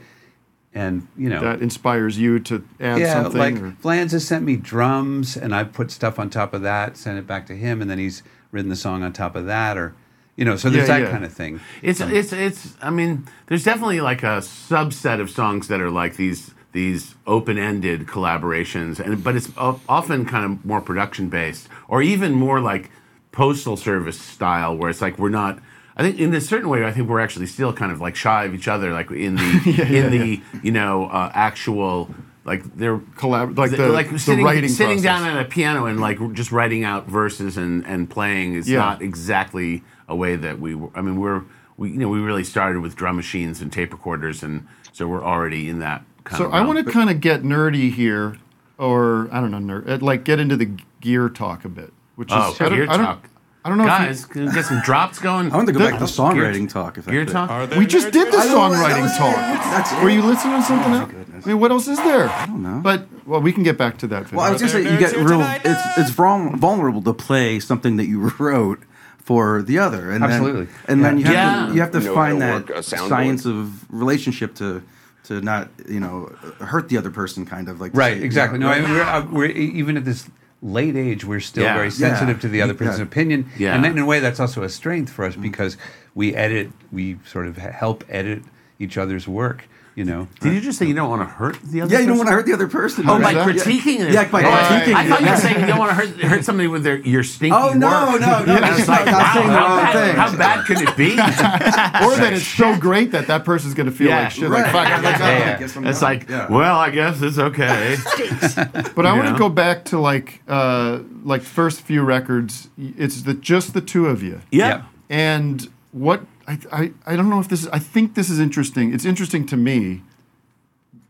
Speaker 5: and you know
Speaker 4: that inspires you to add
Speaker 5: yeah,
Speaker 4: something.
Speaker 5: like
Speaker 4: or-
Speaker 5: Flans has sent me drums, and I put stuff on top of that, sent it back to him, and then he's written the song on top of that, or you know, so there's
Speaker 7: Yeah,
Speaker 5: that
Speaker 7: yeah.
Speaker 5: kind of thing.
Speaker 7: It's
Speaker 5: Um,
Speaker 7: it's it's. I mean, there's definitely like a subset of songs that are like these these open-ended collaborations, and but it's o- often kind of more production-based, or even more like postal service style, where it's like we're not. I think in a certain way, I think we're actually still kind of like shy of each other, like in the in the you know uh, actual like they're
Speaker 4: collab like the- the
Speaker 7: sitting,
Speaker 4: writing
Speaker 7: sitting
Speaker 4: process.
Speaker 7: down at a piano and like just writing out verses and and playing is
Speaker 4: Yeah.
Speaker 7: not exactly a way that we were. I mean, we're we you know we really started with drum machines and tape recorders, and so we're already in that kind
Speaker 4: so
Speaker 7: of.
Speaker 4: I want to kind of get nerdy here, or I don't know, nerd, uh, like get into the g- gear talk a bit, which
Speaker 7: Oh,
Speaker 4: is I don't,
Speaker 7: gear
Speaker 4: I don't,
Speaker 7: talk.
Speaker 4: I don't know,
Speaker 7: guys,
Speaker 4: if
Speaker 7: can we get some drops going.
Speaker 4: I wanted to go back to songwriting
Speaker 9: talk. If
Speaker 7: gear talk.
Speaker 4: you, we just did the
Speaker 7: I don't-
Speaker 4: songwriting talk.
Speaker 9: That's Oh, it.
Speaker 4: Were you listening to something else? I mean, what else is there? I don't know. But well, we can get back to that.
Speaker 9: Well, I was gonna say you get real. It's it's vul- vulnerable to play something that you wrote for the other, and then-
Speaker 5: Absolutely.
Speaker 9: and then you
Speaker 5: Yeah.
Speaker 9: have
Speaker 5: Yeah.
Speaker 9: to, you have to
Speaker 5: You know
Speaker 9: find
Speaker 5: how to
Speaker 9: that
Speaker 5: work a soundboard.
Speaker 9: science of relationship to to not you know hurt the other person, kind of like to
Speaker 5: Right,
Speaker 9: say,
Speaker 5: exactly.
Speaker 9: you know,
Speaker 5: No, I mean, we're, uh, we're e- even at this late age, we're still
Speaker 9: Yeah.
Speaker 5: very
Speaker 9: Yeah.
Speaker 5: sensitive to the other person's
Speaker 9: Yeah.
Speaker 5: opinion,
Speaker 9: Yeah.
Speaker 5: and then in a way, that's also a strength for
Speaker 7: Mm.
Speaker 5: us because we edit, we sort of h- help edit each other's work. You know,
Speaker 7: did you just say you don't want to hurt the
Speaker 9: yeah, you don't want to hurt the other person.
Speaker 7: Oh,
Speaker 9: right?
Speaker 7: by critiquing
Speaker 9: yeah.
Speaker 7: it.
Speaker 9: Yeah, by
Speaker 7: Oh,
Speaker 9: critiquing
Speaker 7: I thought you were
Speaker 9: it.
Speaker 7: saying you don't want to hurt, hurt somebody with their your stinky
Speaker 9: Oh, no,
Speaker 7: work.
Speaker 9: no, no,
Speaker 7: And
Speaker 9: that's
Speaker 7: it's like,
Speaker 9: not-
Speaker 7: wow,
Speaker 9: I'm saying the
Speaker 7: how,
Speaker 9: wrong
Speaker 7: bad,
Speaker 9: thing.
Speaker 7: how bad could it be?
Speaker 4: or that it's so great that that person's going to feel like shit. Like, fuck, I gotta go.
Speaker 7: It's like, well, I guess it's okay.
Speaker 4: But I
Speaker 7: You
Speaker 4: want to
Speaker 7: know?
Speaker 4: go back to like uh, like first few records. It's the just the two of you.
Speaker 7: Yeah. Yeah.
Speaker 4: And what I, I I don't know if this is. I think this is interesting. It's interesting to me.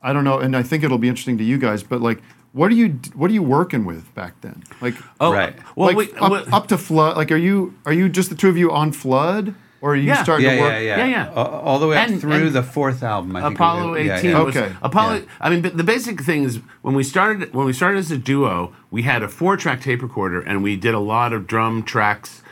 Speaker 4: I don't know, and I think it'll be interesting to you guys. But like, what are you what are you working with back then? Like,
Speaker 7: Oh, Right. well,
Speaker 4: like,
Speaker 7: we-
Speaker 4: up,
Speaker 7: well-
Speaker 4: up to flood. Like, are you are you just the two of you on flood, or are you starting
Speaker 5: yeah,
Speaker 4: to work?
Speaker 5: yeah, yeah, A- All the way up
Speaker 7: And-
Speaker 5: through
Speaker 7: and
Speaker 5: the fourth album, I think we
Speaker 7: Apollo
Speaker 5: did. Yeah,
Speaker 7: 18
Speaker 5: yeah.
Speaker 7: was Apollo. I mean, but the basic thing is when we started when we started as a duo, we had a four track tape recorder and we did a lot of drum tracks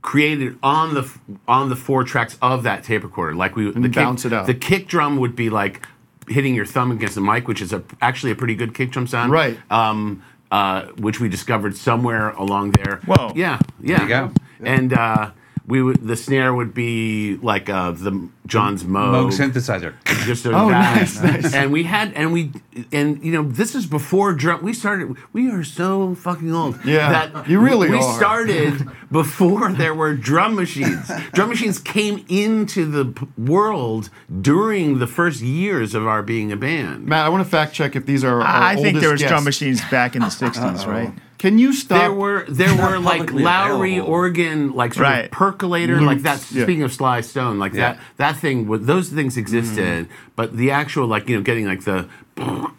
Speaker 7: created on the f- on the four tracks of that tape recorder. Like we the
Speaker 4: bounce
Speaker 7: kick,
Speaker 4: it out.
Speaker 7: The kick drum would be like hitting your thumb against the mic, which is a, actually a pretty good kick drum sound, right? Um, uh, which we discovered somewhere along there. Whoa, yeah, yeah,
Speaker 5: There you go.
Speaker 7: and. Uh, we would the snare would be like uh, the John's Moog,
Speaker 5: Moog synthesizer,
Speaker 7: just a
Speaker 5: Oh,
Speaker 7: that.
Speaker 5: nice, nice.
Speaker 7: And we had and we and you know this is before drum. We started. We are so fucking old.
Speaker 4: Yeah,
Speaker 7: that
Speaker 4: you really
Speaker 7: We
Speaker 4: are.
Speaker 7: started before there were drum machines. drum machines came into the p- world during the first years of our being a band.
Speaker 4: Matt, I want to fact check if these are. Our
Speaker 7: I think
Speaker 4: oldest
Speaker 7: there was
Speaker 4: guests.
Speaker 7: drum
Speaker 8: machines back in the '60s,
Speaker 4: Uh-oh.
Speaker 8: right?
Speaker 4: Can you stop?
Speaker 7: There were there
Speaker 4: Not
Speaker 7: were like
Speaker 4: publicly
Speaker 7: Lowry
Speaker 4: available.
Speaker 7: organ like sort
Speaker 4: Right.
Speaker 7: of percolator like that.
Speaker 4: Loops, yeah.
Speaker 7: Speaking of Sly Stone, like
Speaker 4: Yeah.
Speaker 7: that that thing was those things existed,
Speaker 4: Mm.
Speaker 7: but the actual like you know getting like the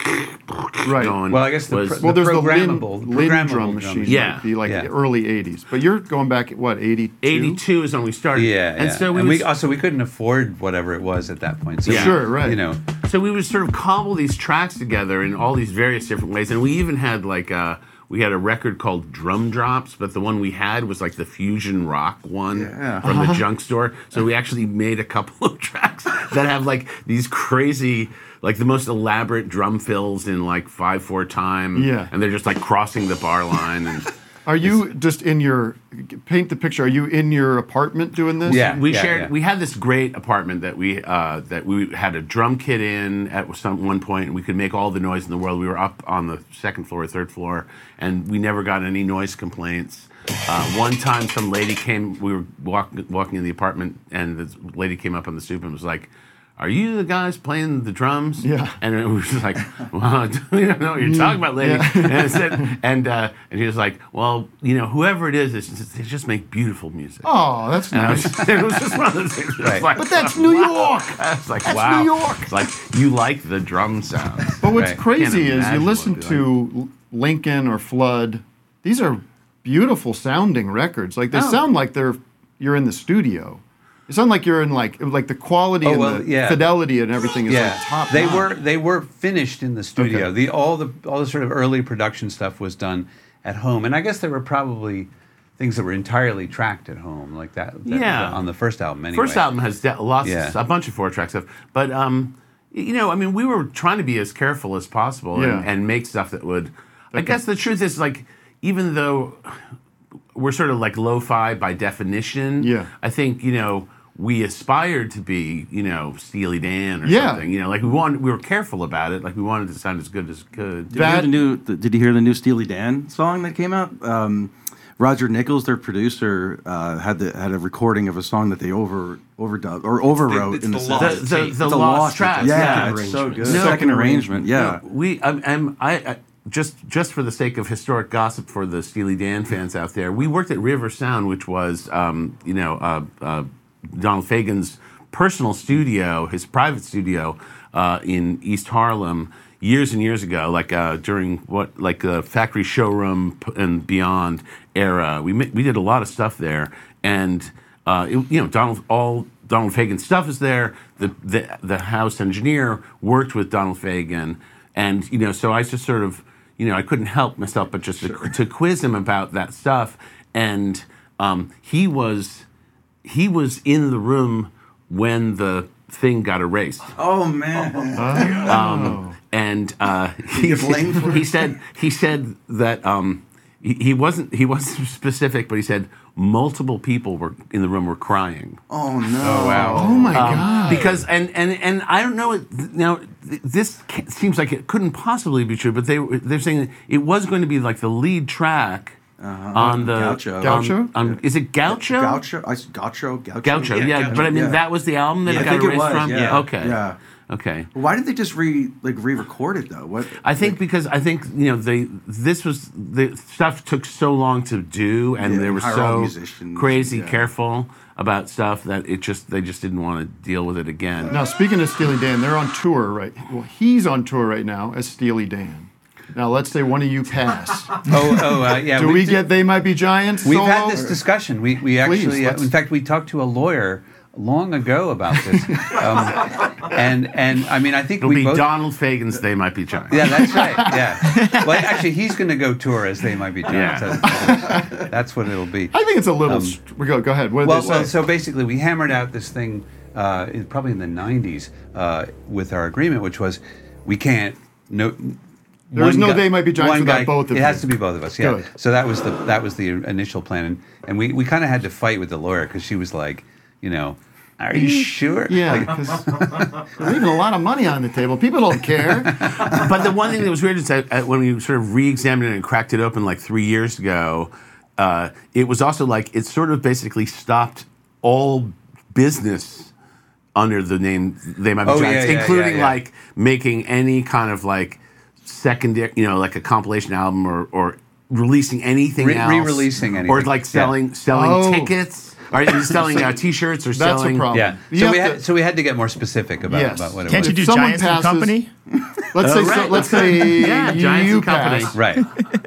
Speaker 4: right
Speaker 7: going.
Speaker 5: Well, I guess the
Speaker 7: was,
Speaker 5: pr-
Speaker 4: well, there's
Speaker 5: programmable-
Speaker 4: the
Speaker 5: the programmable
Speaker 4: Lin, Lin drum
Speaker 5: drum
Speaker 4: machine.
Speaker 5: machine.
Speaker 4: Yeah, be like the early '80s. But you're going back at what '82?
Speaker 7: '82 is when we started.
Speaker 5: Yeah,
Speaker 7: and
Speaker 5: yeah.
Speaker 7: so we,
Speaker 5: and
Speaker 7: would-
Speaker 5: we also we couldn't afford whatever it was at that point. So
Speaker 7: Yeah. Sure, right.
Speaker 5: You know,
Speaker 7: so we would sort of cobble these tracks together in all these various different ways, and we even had like uh we had a record called Drum Drops, but the one we had was like the fusion rock one from the
Speaker 4: Uh-huh.
Speaker 7: junk store. So we actually made a couple of tracks that have like these crazy, like the most elaborate drum fills in like five four time.
Speaker 4: Yeah.
Speaker 7: and they're just like crossing the bar line and.
Speaker 4: Are you just in your paint the picture? Are you in your apartment doing this?
Speaker 7: we shared. We had this great apartment that we uh, that we had a drum kit in at some one point, and we could make all the noise in the world. We were up on the second floor, or third floor, and we never got any noise complaints. Uh, one time, some lady came. We were walk, walking in the apartment, and this lady came up on the stoop and was like. Are you the guys playing the drums? Yeah. And it was just like, well, we don't know what you're talking about, lady.
Speaker 4: Yeah.
Speaker 7: And, I said, and, uh, and he was like, well, you know, whoever it is, it's just, they just make beautiful music.
Speaker 4: Oh, that's
Speaker 7: And I was-
Speaker 4: nice.
Speaker 7: it was just one of those things. Right. Like,
Speaker 4: but that's New York.
Speaker 7: I was like,
Speaker 4: That's
Speaker 7: wow.
Speaker 4: New York.
Speaker 7: It's like you like the drum sound.
Speaker 4: But what's
Speaker 7: Right.
Speaker 4: crazy
Speaker 7: Can't
Speaker 4: is you
Speaker 7: imagine
Speaker 4: listen
Speaker 7: what it'd be like.
Speaker 4: to L- Lincoln or Flood. These are beautiful sounding records. Like they
Speaker 5: Oh.
Speaker 4: sound like they're you're in the studio. It sounds like you're in like like the quality
Speaker 5: Oh,
Speaker 4: and
Speaker 5: well,
Speaker 4: the
Speaker 5: yeah.
Speaker 4: fidelity and everything is
Speaker 5: yeah,
Speaker 4: like top.
Speaker 5: they
Speaker 4: notch.
Speaker 5: were they were finished in the studio. The all the all the sort of early production stuff was done at home, and I guess there were probably things that were entirely tracked at home, like that. that-
Speaker 7: Yeah.
Speaker 5: on the first album. Anyway.
Speaker 7: First album has de- lots,
Speaker 5: Yeah.
Speaker 7: a bunch of four track stuff. But um, y- you know, I mean, we were trying to be as careful as possible and,
Speaker 4: Yeah.
Speaker 7: and make stuff that would. I guess the truth is, like, even though we're sort of like lo-fi by definition,
Speaker 4: Yeah.
Speaker 7: I think you know we aspired to be you know Steely Dan or
Speaker 4: Yeah.
Speaker 7: something. You know, like we wanted, we were careful about it. Like we wanted it to sound as good as it could.
Speaker 9: Did, you hear the new, th- did you hear the new Steely Dan song that came out? Um, Roger Nichols, their producer, uh, had the, had a recording of a song that they over overdubbed or overwrote
Speaker 7: It's
Speaker 9: in the,
Speaker 7: the
Speaker 9: set.
Speaker 7: lost The- the- tape. the
Speaker 9: It's a
Speaker 7: lost
Speaker 9: tape.
Speaker 7: tracks.
Speaker 9: Yeah,
Speaker 7: Yeah,
Speaker 9: it's
Speaker 7: it's so
Speaker 9: arrangement.
Speaker 7: good.
Speaker 9: Second,
Speaker 7: No,
Speaker 9: arrangement. Yeah,
Speaker 7: No, we. I'm. I'm I, I just just for the sake of historic gossip for the Steely Dan fans out there, we worked at River Sound, which was um, you know uh, uh, Donald Fagen's personal studio, his private studio uh, in East Harlem. Years and years ago, like uh, during what, like the factory showroom p- and beyond era, we ma- we did a lot of stuff there, and uh, it- you know, Donald all Donald Fagen's stuff is there. The, the the house engineer worked with Donald Fagen, and you know, so I just sort of you know I couldn't help myself but just to, to quiz him about that stuff, and um, he was he was in the room when the thing got erased.
Speaker 9: Oh man.
Speaker 7: Um, and uh, he,
Speaker 9: Oh. get blamed for
Speaker 7: he
Speaker 9: it?
Speaker 7: said he said that um, he, he wasn't he wasn't specific, but he said multiple people were in the room were crying.
Speaker 9: oh no.
Speaker 4: Oh my
Speaker 7: Um,
Speaker 4: god.
Speaker 7: Because and and and I don't know. it- Now th- this ca- seems like it couldn't possibly be true, but they were- they're saying that it was going to be like the lead track on the
Speaker 9: Uh-huh. Gaucho.
Speaker 7: on-
Speaker 9: Gaucho?
Speaker 7: on- is it Gaucho?
Speaker 9: Gaucho, I, Gaucho, Gaucho,
Speaker 7: Gaucho, yeah, but I mean that was the album that
Speaker 9: Yeah,
Speaker 7: it
Speaker 9: I
Speaker 7: got
Speaker 9: think it
Speaker 7: erased
Speaker 9: was,
Speaker 7: from.
Speaker 9: yeah.
Speaker 7: Okay.
Speaker 9: Yeah.
Speaker 7: Okay.
Speaker 9: Why did they just re like re-record it though? What?
Speaker 7: I think because I think you know they this was the stuff took so long to do and
Speaker 9: Yeah,
Speaker 7: they were
Speaker 9: hire all the
Speaker 7: so
Speaker 9: musicians,
Speaker 7: crazy
Speaker 9: yeah.
Speaker 7: careful about stuff that it just they just didn't want to deal with it again.
Speaker 4: Now speaking of Steely Dan, they're on tour right. Well, he's on tour right now as Steely Dan. Now let's say one of you pass.
Speaker 5: Oh, oh, uh, yeah.
Speaker 4: Do we, get they might be giants?
Speaker 5: We've
Speaker 4: solo?
Speaker 5: had this discussion. We we actually, uh,
Speaker 4: let's-
Speaker 5: in fact, we talked to a lawyer long ago about this, um, and and I mean, I think
Speaker 7: It'll
Speaker 5: we
Speaker 7: be
Speaker 5: both.
Speaker 7: Donald Fagen's They Might Be Giants.
Speaker 5: yeah, that's right. Yeah. Well, actually, he's going to go tour as they might be doing.
Speaker 7: Yeah.
Speaker 5: So that's what it'll be.
Speaker 4: I think it's a little. st- we go go ahead. What did
Speaker 5: Um, well,
Speaker 4: they
Speaker 5: well,
Speaker 4: say?
Speaker 5: so basically, we hammered out this thing uh, in, probably in the '90s uh, with our agreement, which was we can't no
Speaker 4: There is
Speaker 5: one
Speaker 4: no
Speaker 5: guy-
Speaker 4: they might be giants
Speaker 5: one
Speaker 4: without
Speaker 5: guy-
Speaker 4: both of
Speaker 5: It has
Speaker 4: you.
Speaker 5: to be both of us. Yeah.
Speaker 4: Good.
Speaker 5: So that was the that was the initial plan, and, and we we kind of had to fight with the lawyer because she was like, you know, are you sure?
Speaker 4: Yeah,
Speaker 5: Like,
Speaker 4: 'cause they're leaving a lot of money on the table. People don't care.
Speaker 7: but the one thing that was weird is that uh, when we sort of re-examined it and cracked it open like three years ago, uh, it was also like it sort of basically stopped all business under the name they might be
Speaker 5: Oh, yeah,
Speaker 7: giants,
Speaker 5: yeah, yeah,
Speaker 7: including
Speaker 5: yeah.
Speaker 7: like making any kind of like secondary, you know, like a compilation album or or releasing anything
Speaker 5: Re-
Speaker 7: else,
Speaker 5: re-releasing
Speaker 7: or
Speaker 5: anything.
Speaker 7: like
Speaker 5: Yeah.
Speaker 7: selling selling
Speaker 5: Oh.
Speaker 7: tickets. Or even selling uh, T-shirts or selling.
Speaker 5: Yeah. So we had so we had to get more specific about, about what it was.
Speaker 4: Let's say,
Speaker 7: Oh,
Speaker 4: so,
Speaker 7: right.
Speaker 4: let's say
Speaker 7: Yeah, Giants
Speaker 4: you
Speaker 7: and Company.
Speaker 4: pass.
Speaker 5: Right.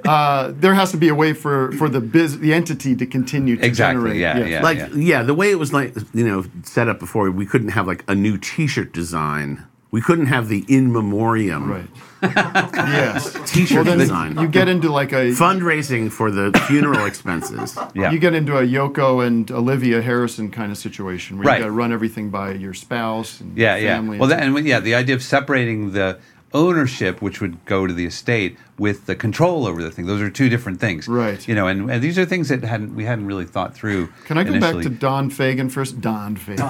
Speaker 4: Uh, there has to be a way for, for the biz, the entity to continue to generate.
Speaker 7: like yeah. the way it was like you know set up before, we couldn't have like a new T-shirt design. We couldn't have the in memoriam right.
Speaker 4: yes,
Speaker 7: T-shirt
Speaker 4: Well, then
Speaker 7: design.
Speaker 4: you get into like a
Speaker 7: fundraising for the funeral expenses.
Speaker 4: You get into a Yoko and Olivia Harrison kind of situation where
Speaker 5: Right.
Speaker 4: you got to run everything by your spouse and
Speaker 5: Yeah,
Speaker 4: your
Speaker 5: yeah.
Speaker 4: family.
Speaker 5: Well, that, and yeah, the idea of separating the ownership, which would go to the estate, with the control over the thing. Those are two different things, right? You know, and, and these are things that hadn't we hadn't really thought through.
Speaker 4: Can I go back
Speaker 5: initially.
Speaker 4: to Don Fagan first? Don Fagan.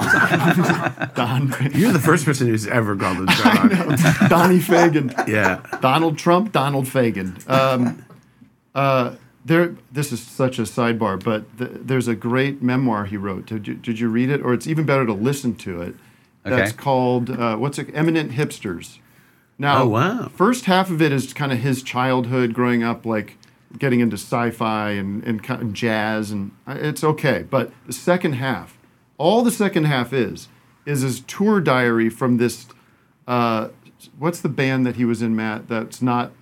Speaker 4: Don Fagan.
Speaker 7: You're the first person who's ever gobbled John.
Speaker 4: Donnie Fagan.
Speaker 7: Yeah.
Speaker 4: Donald Trump, Donald Fagan. Um, uh, there, this is such a sidebar, but th- there's a great memoir he wrote. Did you, did you read it? Or it's even better to listen to it. That's
Speaker 5: Okay.
Speaker 4: called, uh, what's it, Eminent Hipsters. Now,
Speaker 7: Oh, wow.
Speaker 4: first half of it is kind of his childhood growing up, like getting into sci-fi and, and, kind of jazz, and uh, it's okay. But the second half, all the second half is, is his tour diary from this. Uh, what's the band that he was in, Matt? That's not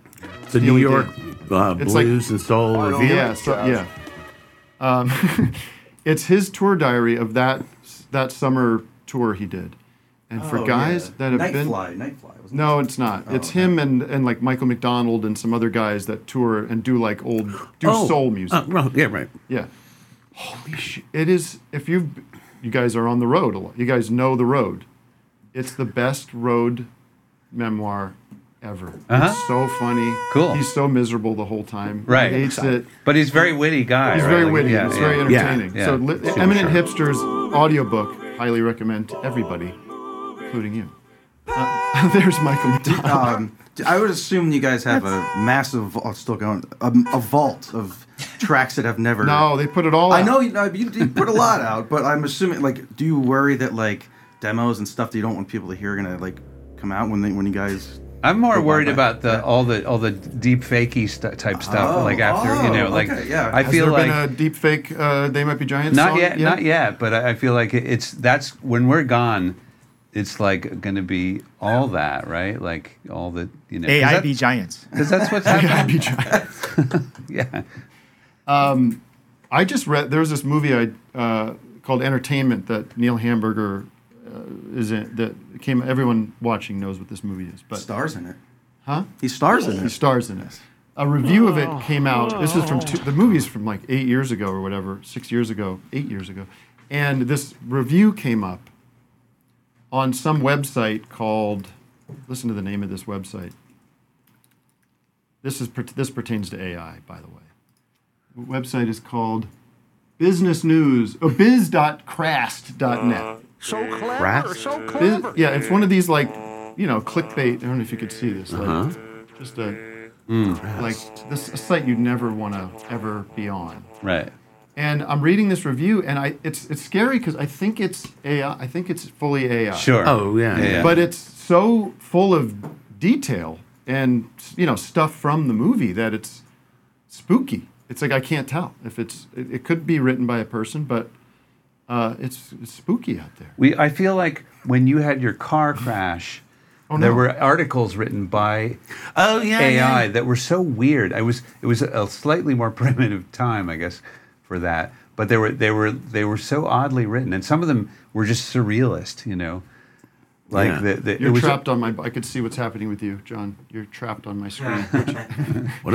Speaker 7: The New
Speaker 4: Steely
Speaker 7: York
Speaker 4: Dan?
Speaker 7: uh,
Speaker 4: It's like-
Speaker 7: Blues and Soul Review.
Speaker 4: Yeah, so, yeah. Um, it's his tour diary of that that summer tour he did, and for
Speaker 9: Oh,
Speaker 4: guys
Speaker 9: yeah.
Speaker 4: that have been
Speaker 9: Nightfly, Nightfly.
Speaker 4: no, it's not.
Speaker 5: Oh,
Speaker 4: it's him and, and like Michael McDonald and some other guys that tour and do like old do
Speaker 7: Oh,
Speaker 4: soul music.
Speaker 7: uh, right, yeah, right.
Speaker 4: Yeah. Holy shit! It is. If you you guys are on the road a lot, you guys know the road. It's the best road memoir ever.
Speaker 5: Uh-huh.
Speaker 4: It's so funny.
Speaker 5: Cool.
Speaker 4: He's so miserable the whole time.
Speaker 5: Right.
Speaker 4: He hates it.
Speaker 5: But he's a very witty guy.
Speaker 4: He's
Speaker 5: right?
Speaker 4: very
Speaker 5: Like,
Speaker 4: witty.
Speaker 5: yeah,
Speaker 4: it's
Speaker 5: yeah.
Speaker 4: very entertaining.
Speaker 5: Yeah,
Speaker 4: So,
Speaker 5: yeah.
Speaker 4: li-
Speaker 5: Sure,
Speaker 4: Eminent
Speaker 5: sure.
Speaker 4: Hipsters audiobook, highly recommend to everybody, including you. Uh, there's Michael
Speaker 5: Oh,
Speaker 4: McDonald.
Speaker 9: Um, I would assume you guys have a massive vault still going, a, a vault of tracks that have never.
Speaker 4: No, they put it all.
Speaker 9: I
Speaker 4: out.
Speaker 9: know you, know, you, you put a lot out, but I'm assuming like, do you worry that like demos and stuff that you don't want people to hear are gonna like come out when they when you guys?
Speaker 5: I'm more
Speaker 9: go
Speaker 5: worried
Speaker 9: by?
Speaker 5: about the all the all the deep fakey st- type stuff.
Speaker 9: Oh,
Speaker 5: like after you know,
Speaker 9: oh,
Speaker 5: like
Speaker 9: okay, yeah.
Speaker 5: I
Speaker 4: Has
Speaker 5: feel
Speaker 4: there
Speaker 5: like
Speaker 4: been a deep fake uh, They Might Be Giants
Speaker 5: not
Speaker 4: song
Speaker 5: yet, not yet. But I, I feel like it, it's that's when we're gone. It's like going to be all that, right? Like all the you know 'cause that-
Speaker 8: AIB Giants.
Speaker 5: Because that's what's
Speaker 4: happening.
Speaker 5: yeah.
Speaker 4: Um, I just read there's this movie I uh, called Entertainment that Neil Hamburger uh, is in that came. Everyone watching knows what this movie is, but
Speaker 9: Stars in it.
Speaker 4: huh?
Speaker 9: He stars in it.
Speaker 4: He stars in it. A review of it came out. This is from two, the movie's from like eight years ago or whatever, six years ago, eight years ago, and this review came up on some website called. Listen to the name of this website. This is per- this pertains to AI, by the way. The website is called Business News, oh, biz.crast.net.
Speaker 1: So
Speaker 4: clever,
Speaker 1: so
Speaker 4: Biz- yeah, it's one of these like, you know, clickbait. I don't know if you could see this. Like,
Speaker 1: Uh-huh.
Speaker 4: Just a like this a site you'd never want to ever be on.
Speaker 5: Right.
Speaker 4: And I'm reading this review, and I it's it's scary because I think it's AI. I think it's fully AI.
Speaker 5: Sure. Oh, yeah, Yeah, yeah. yeah.
Speaker 4: But it's so full of detail and you know stuff from the movie that it's spooky. It's like I can't tell if it's it, it could be written by a person, but uh, it's, it's spooky out there.
Speaker 5: We, I feel like when you had your car crash,
Speaker 4: Oh,
Speaker 5: there
Speaker 4: no.
Speaker 5: were articles written by
Speaker 7: oh, yeah,
Speaker 5: AI
Speaker 7: yeah.
Speaker 5: that were so weird. I was it was a slightly more primitive time, I guess, for that. But they were they were they were so oddly written, and some of them were just surrealist. You know, like
Speaker 4: Yeah.
Speaker 5: the, the,
Speaker 4: you're
Speaker 5: it was
Speaker 4: trapped on my. I could see what's happening with you, John. You're trapped on my screen.
Speaker 7: What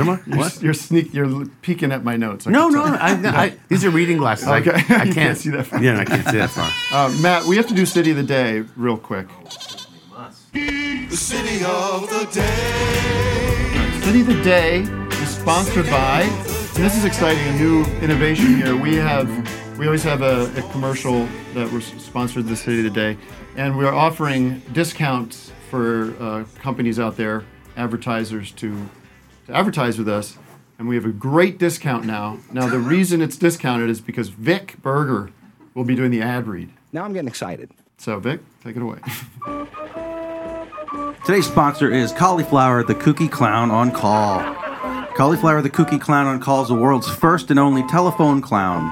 Speaker 7: am I?
Speaker 4: You're,
Speaker 7: What?
Speaker 4: You're sneak. You're l- peeking at my notes. I
Speaker 7: No,
Speaker 4: can
Speaker 7: no,
Speaker 4: tell.
Speaker 7: I, I, these are reading glasses. I-
Speaker 4: Okay.
Speaker 7: I,
Speaker 4: You can't
Speaker 7: can't,
Speaker 4: see that far.
Speaker 7: Yeah, I can't see that far.
Speaker 4: Uh, Matt, we have to do city of the day real quick.
Speaker 2: The city of the day.
Speaker 4: City City of the Day is sponsored by, and this is exciting, a new innovation here. We have, we always have a, a commercial that was sponsored the City of the Day, and we are offering discounts for uh, companies out there, advertisers to, to advertise with us, and we have a great discount now. Now the reason it's discounted is because Vic Berger will be doing the ad read.
Speaker 6: Now I'm getting excited.
Speaker 4: So Vic, take it away.
Speaker 9: Today's sponsor is Cauliflower the Kooky Clown on Call. Cauliflower the Kooky Clown on Call is the world's first and only telephone clown.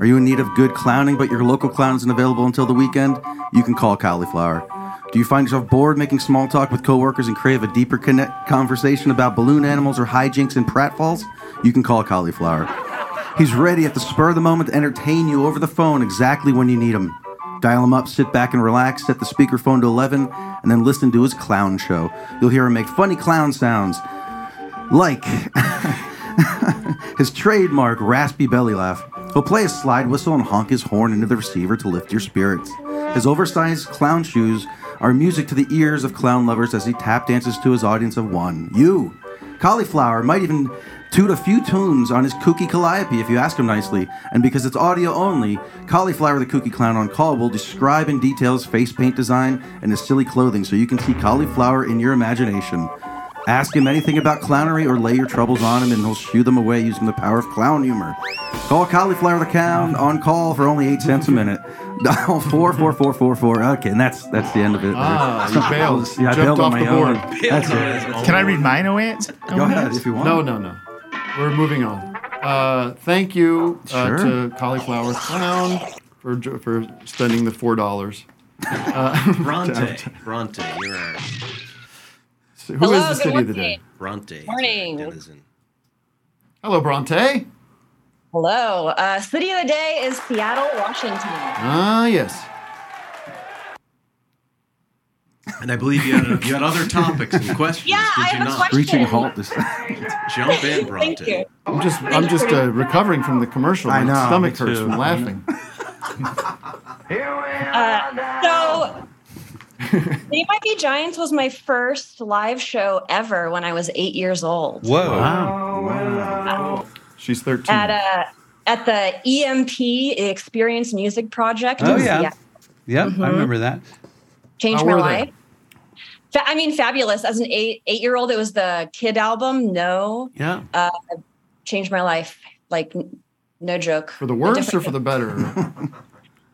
Speaker 9: Are you in need of good clowning, but your local clown isn't available until the weekend? You can call Cauliflower. Do you find yourself bored making small talk with coworkers and crave a deeper connect- conversation about balloon animals or hijinks and pratfalls? You can call Cauliflower. He's ready at the spur of the moment to entertain you over the phone exactly when you need him. Dial him up, sit back and relax, set the speakerphone to 11, and then listen to his clown show. You'll hear him make funny clown sounds like his trademark raspy belly laugh. He'll play a slide whistle and honk his horn into the receiver to lift your spirits. His oversized clown shoes are music to the ears of clown lovers as he tap dances to his audience of one. You, Cauliflower, might even toot a few tunes on his kooky calliope if you ask him nicely. And because it's audio only, Cauliflower the Kooky Clown on Call will describe in detail his face paint design and his silly clothing so you can see Cauliflower in your imagination. Ask him anything about clownery or lay your troubles on him and he'll shoo them away using the power of clown humor. Call Cauliflower the Clown on call for only eight cents a minute. Dial 44444. Okay, and that's that's the end of it.
Speaker 4: Ah, you
Speaker 9: I
Speaker 4: bailed.
Speaker 9: was- yeah, I
Speaker 4: Jumped
Speaker 9: bailed on
Speaker 4: off
Speaker 9: my
Speaker 4: the
Speaker 9: own.
Speaker 4: board.
Speaker 9: That's it.
Speaker 8: Can I read mine away?
Speaker 9: Go ahead if you want.
Speaker 4: No, no, no. We're moving on. Uh, thank you uh,
Speaker 9: Sure.
Speaker 4: to Cauliflower Clown for jo- for spending the four dollars. Uh, to
Speaker 10: Bronte.
Speaker 4: advertise.
Speaker 10: Bronte, you're our
Speaker 4: So Who is
Speaker 13: Hello,
Speaker 4: the
Speaker 13: good
Speaker 4: city of the
Speaker 13: morning.
Speaker 4: day?
Speaker 10: Bronte.
Speaker 13: Morning.
Speaker 4: Hello, Bronte.
Speaker 13: Hello. Uh, city of the day is Seattle, Washington.
Speaker 10: Oh,
Speaker 4: Ah, yes.
Speaker 7: And I believe you had, you had other topics and questions.
Speaker 13: Yeah,
Speaker 7: did
Speaker 13: I
Speaker 7: you
Speaker 13: have a
Speaker 7: not?
Speaker 13: question. Reaching halt
Speaker 9: this
Speaker 7: Jump in, Bronte.
Speaker 13: Thank you.
Speaker 4: I'm just I'm just uh, recovering from the commercial. My
Speaker 9: I know, me
Speaker 4: stomach hurts
Speaker 9: too.
Speaker 4: from laughing.
Speaker 13: Uh, so, They Might Be Giants was my first live show ever when I was eight years old.
Speaker 4: Whoa.
Speaker 13: Uh,
Speaker 4: She's 13.
Speaker 13: at a at the EMP Experience Music Project.
Speaker 5: Oh
Speaker 13: in
Speaker 5: yeah,
Speaker 13: Seattle.
Speaker 5: yep.
Speaker 4: Mm-hmm.
Speaker 5: I remember that.
Speaker 13: changed
Speaker 5: How
Speaker 13: my
Speaker 5: were they?
Speaker 13: life. Fa- I mean, fabulous. As an eight eight year old, it was the Kid album. No,
Speaker 7: Yeah.
Speaker 13: uh, changed my life. Like, n- no joke.
Speaker 4: For the worse or for the better?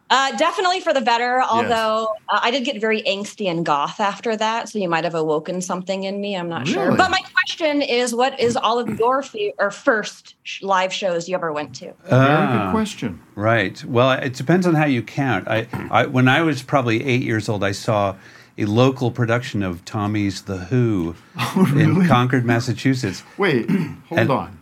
Speaker 13: Uh, definitely for the better. Although uh, I did get very angsty and goth after that, so you might have awoken something in me. I'm not sure.
Speaker 14: Really?
Speaker 13: But my question is, what is all of your fe- or first sh- live shows you ever went to?
Speaker 4: Very
Speaker 5: Ah.
Speaker 4: good question.
Speaker 5: Right. Well, it depends on how you count. I, I when I was probably eight years old, I saw a local production of Tommy's The Who
Speaker 4: Oh,
Speaker 5: in Concord, Massachusetts.
Speaker 4: Wait, hold
Speaker 5: And-
Speaker 4: on.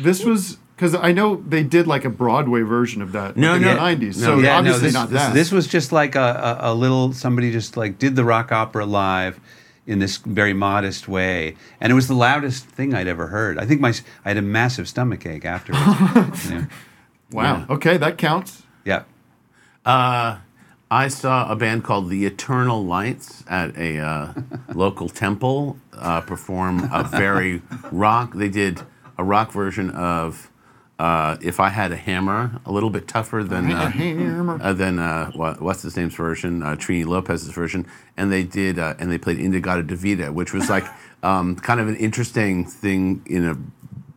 Speaker 4: This was because I know they did like a Broadway version of that in the 90s. So
Speaker 5: Yeah, no,
Speaker 4: obviously
Speaker 5: this,
Speaker 4: not
Speaker 5: this-
Speaker 4: that.
Speaker 5: This was just like a, a, a little somebody just like did the rock opera live in this very modest way, and it was the loudest thing I'd ever heard. I think my s- I had a massive stomach ache afterwards. you know.
Speaker 4: wow. Okay, that counts.
Speaker 5: Yeah.
Speaker 7: Uh, I saw a band called The Eternal Lights at a uh, local temple uh, perform a very rock. They did a rock version of uh, "If I Had a Hammer," a little bit tougher than
Speaker 4: I
Speaker 7: uh,
Speaker 4: had a hammer.
Speaker 7: uh, than uh, what, what's his name's version, uh, Trini Lopez's version, and they did uh, and they played Indigada Divida, which was like um, kind of an interesting thing in a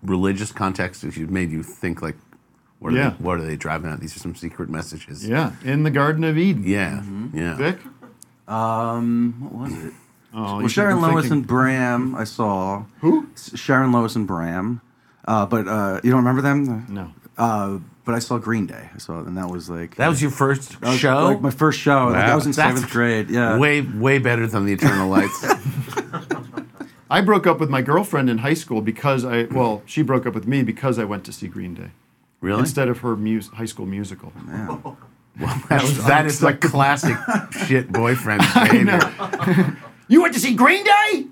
Speaker 7: religious context, which made you think like, what are
Speaker 4: Yeah.
Speaker 7: they, what are they driving at? These are some secret messages.
Speaker 4: Yeah, Mm-hmm. in the Garden of Eden.
Speaker 7: Yeah, yeah.
Speaker 4: Vic?
Speaker 9: Um, what was it?
Speaker 4: Oh,
Speaker 9: well, Sharon Lois and Bram, I saw. Who? Sharon Lois and Bram. Uh, but uh, you don't remember them?
Speaker 4: No.
Speaker 9: Uh, but I saw Green Day. I saw, and that was like
Speaker 7: That was your first
Speaker 9: That was,
Speaker 7: show?
Speaker 9: Like my first show. Like, I was in
Speaker 7: That's
Speaker 9: seventh grade. Yeah.
Speaker 7: Way, way better than the Eternal Lights.
Speaker 4: I broke up with my girlfriend in high school because I, well, she broke up with me because I went to see Green Day.
Speaker 7: Really?
Speaker 4: Instead of her mus- high school musical.
Speaker 9: Oh,
Speaker 7: That was- that is like classic shit boyfriend behavior.
Speaker 4: You went to see Green Day?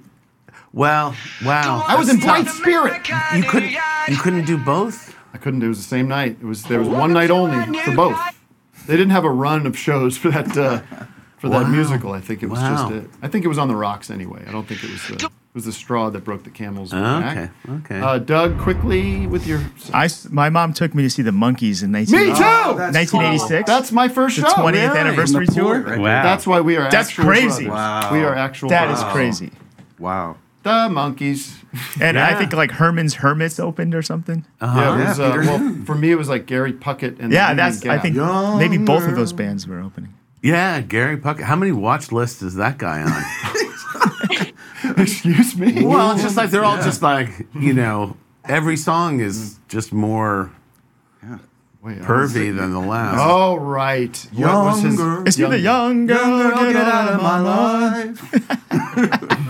Speaker 7: Wow, wow.
Speaker 4: I was in bright spirit.
Speaker 7: You couldn't, you couldn't do both?
Speaker 4: I couldn't. It was the same night. It was there was one night only for both. They didn't have a run of shows for that uh, for that
Speaker 7: Wow.
Speaker 4: musical. I think it was just
Speaker 7: Wow.
Speaker 4: it. I think it was on the rocks anyway. I don't think it was. The, was the straw that broke the camel's
Speaker 8: Ah, Okay,
Speaker 4: back. Okay. Uh, Doug, quickly with your.
Speaker 8: I s my mom took me to see the Monkees in 19-
Speaker 4: Me too.
Speaker 8: 1986.
Speaker 4: That's my first
Speaker 8: The
Speaker 4: show.
Speaker 8: 20th anniversary tour? Wow.
Speaker 4: That's why we are.
Speaker 8: That's
Speaker 4: actual
Speaker 8: crazy.
Speaker 4: brothers.
Speaker 8: Wow.
Speaker 4: We are actual.
Speaker 8: That
Speaker 4: brothers.
Speaker 8: is crazy.
Speaker 9: Wow.
Speaker 4: The monkeys.
Speaker 8: And I think like Herman's Hermits opened or something.
Speaker 4: Yeah, it was, uh, well, for me, it was like Gary Puckett
Speaker 8: Uh-huh.
Speaker 4: and
Speaker 8: yeah,
Speaker 4: the Union
Speaker 8: that's. I
Speaker 4: Gap.
Speaker 8: think maybe both of those bands were opening.
Speaker 7: Yeah, Gary Puckett. How many watch lists is that guy on?
Speaker 4: Excuse me.
Speaker 7: well, it's just like they're all
Speaker 4: Yeah.
Speaker 7: just like you know, every song is just more
Speaker 4: Wait, I was- Oh.
Speaker 7: pervy than the last.
Speaker 4: All right. What was his-
Speaker 8: It's me, the young girl, get, out of my life.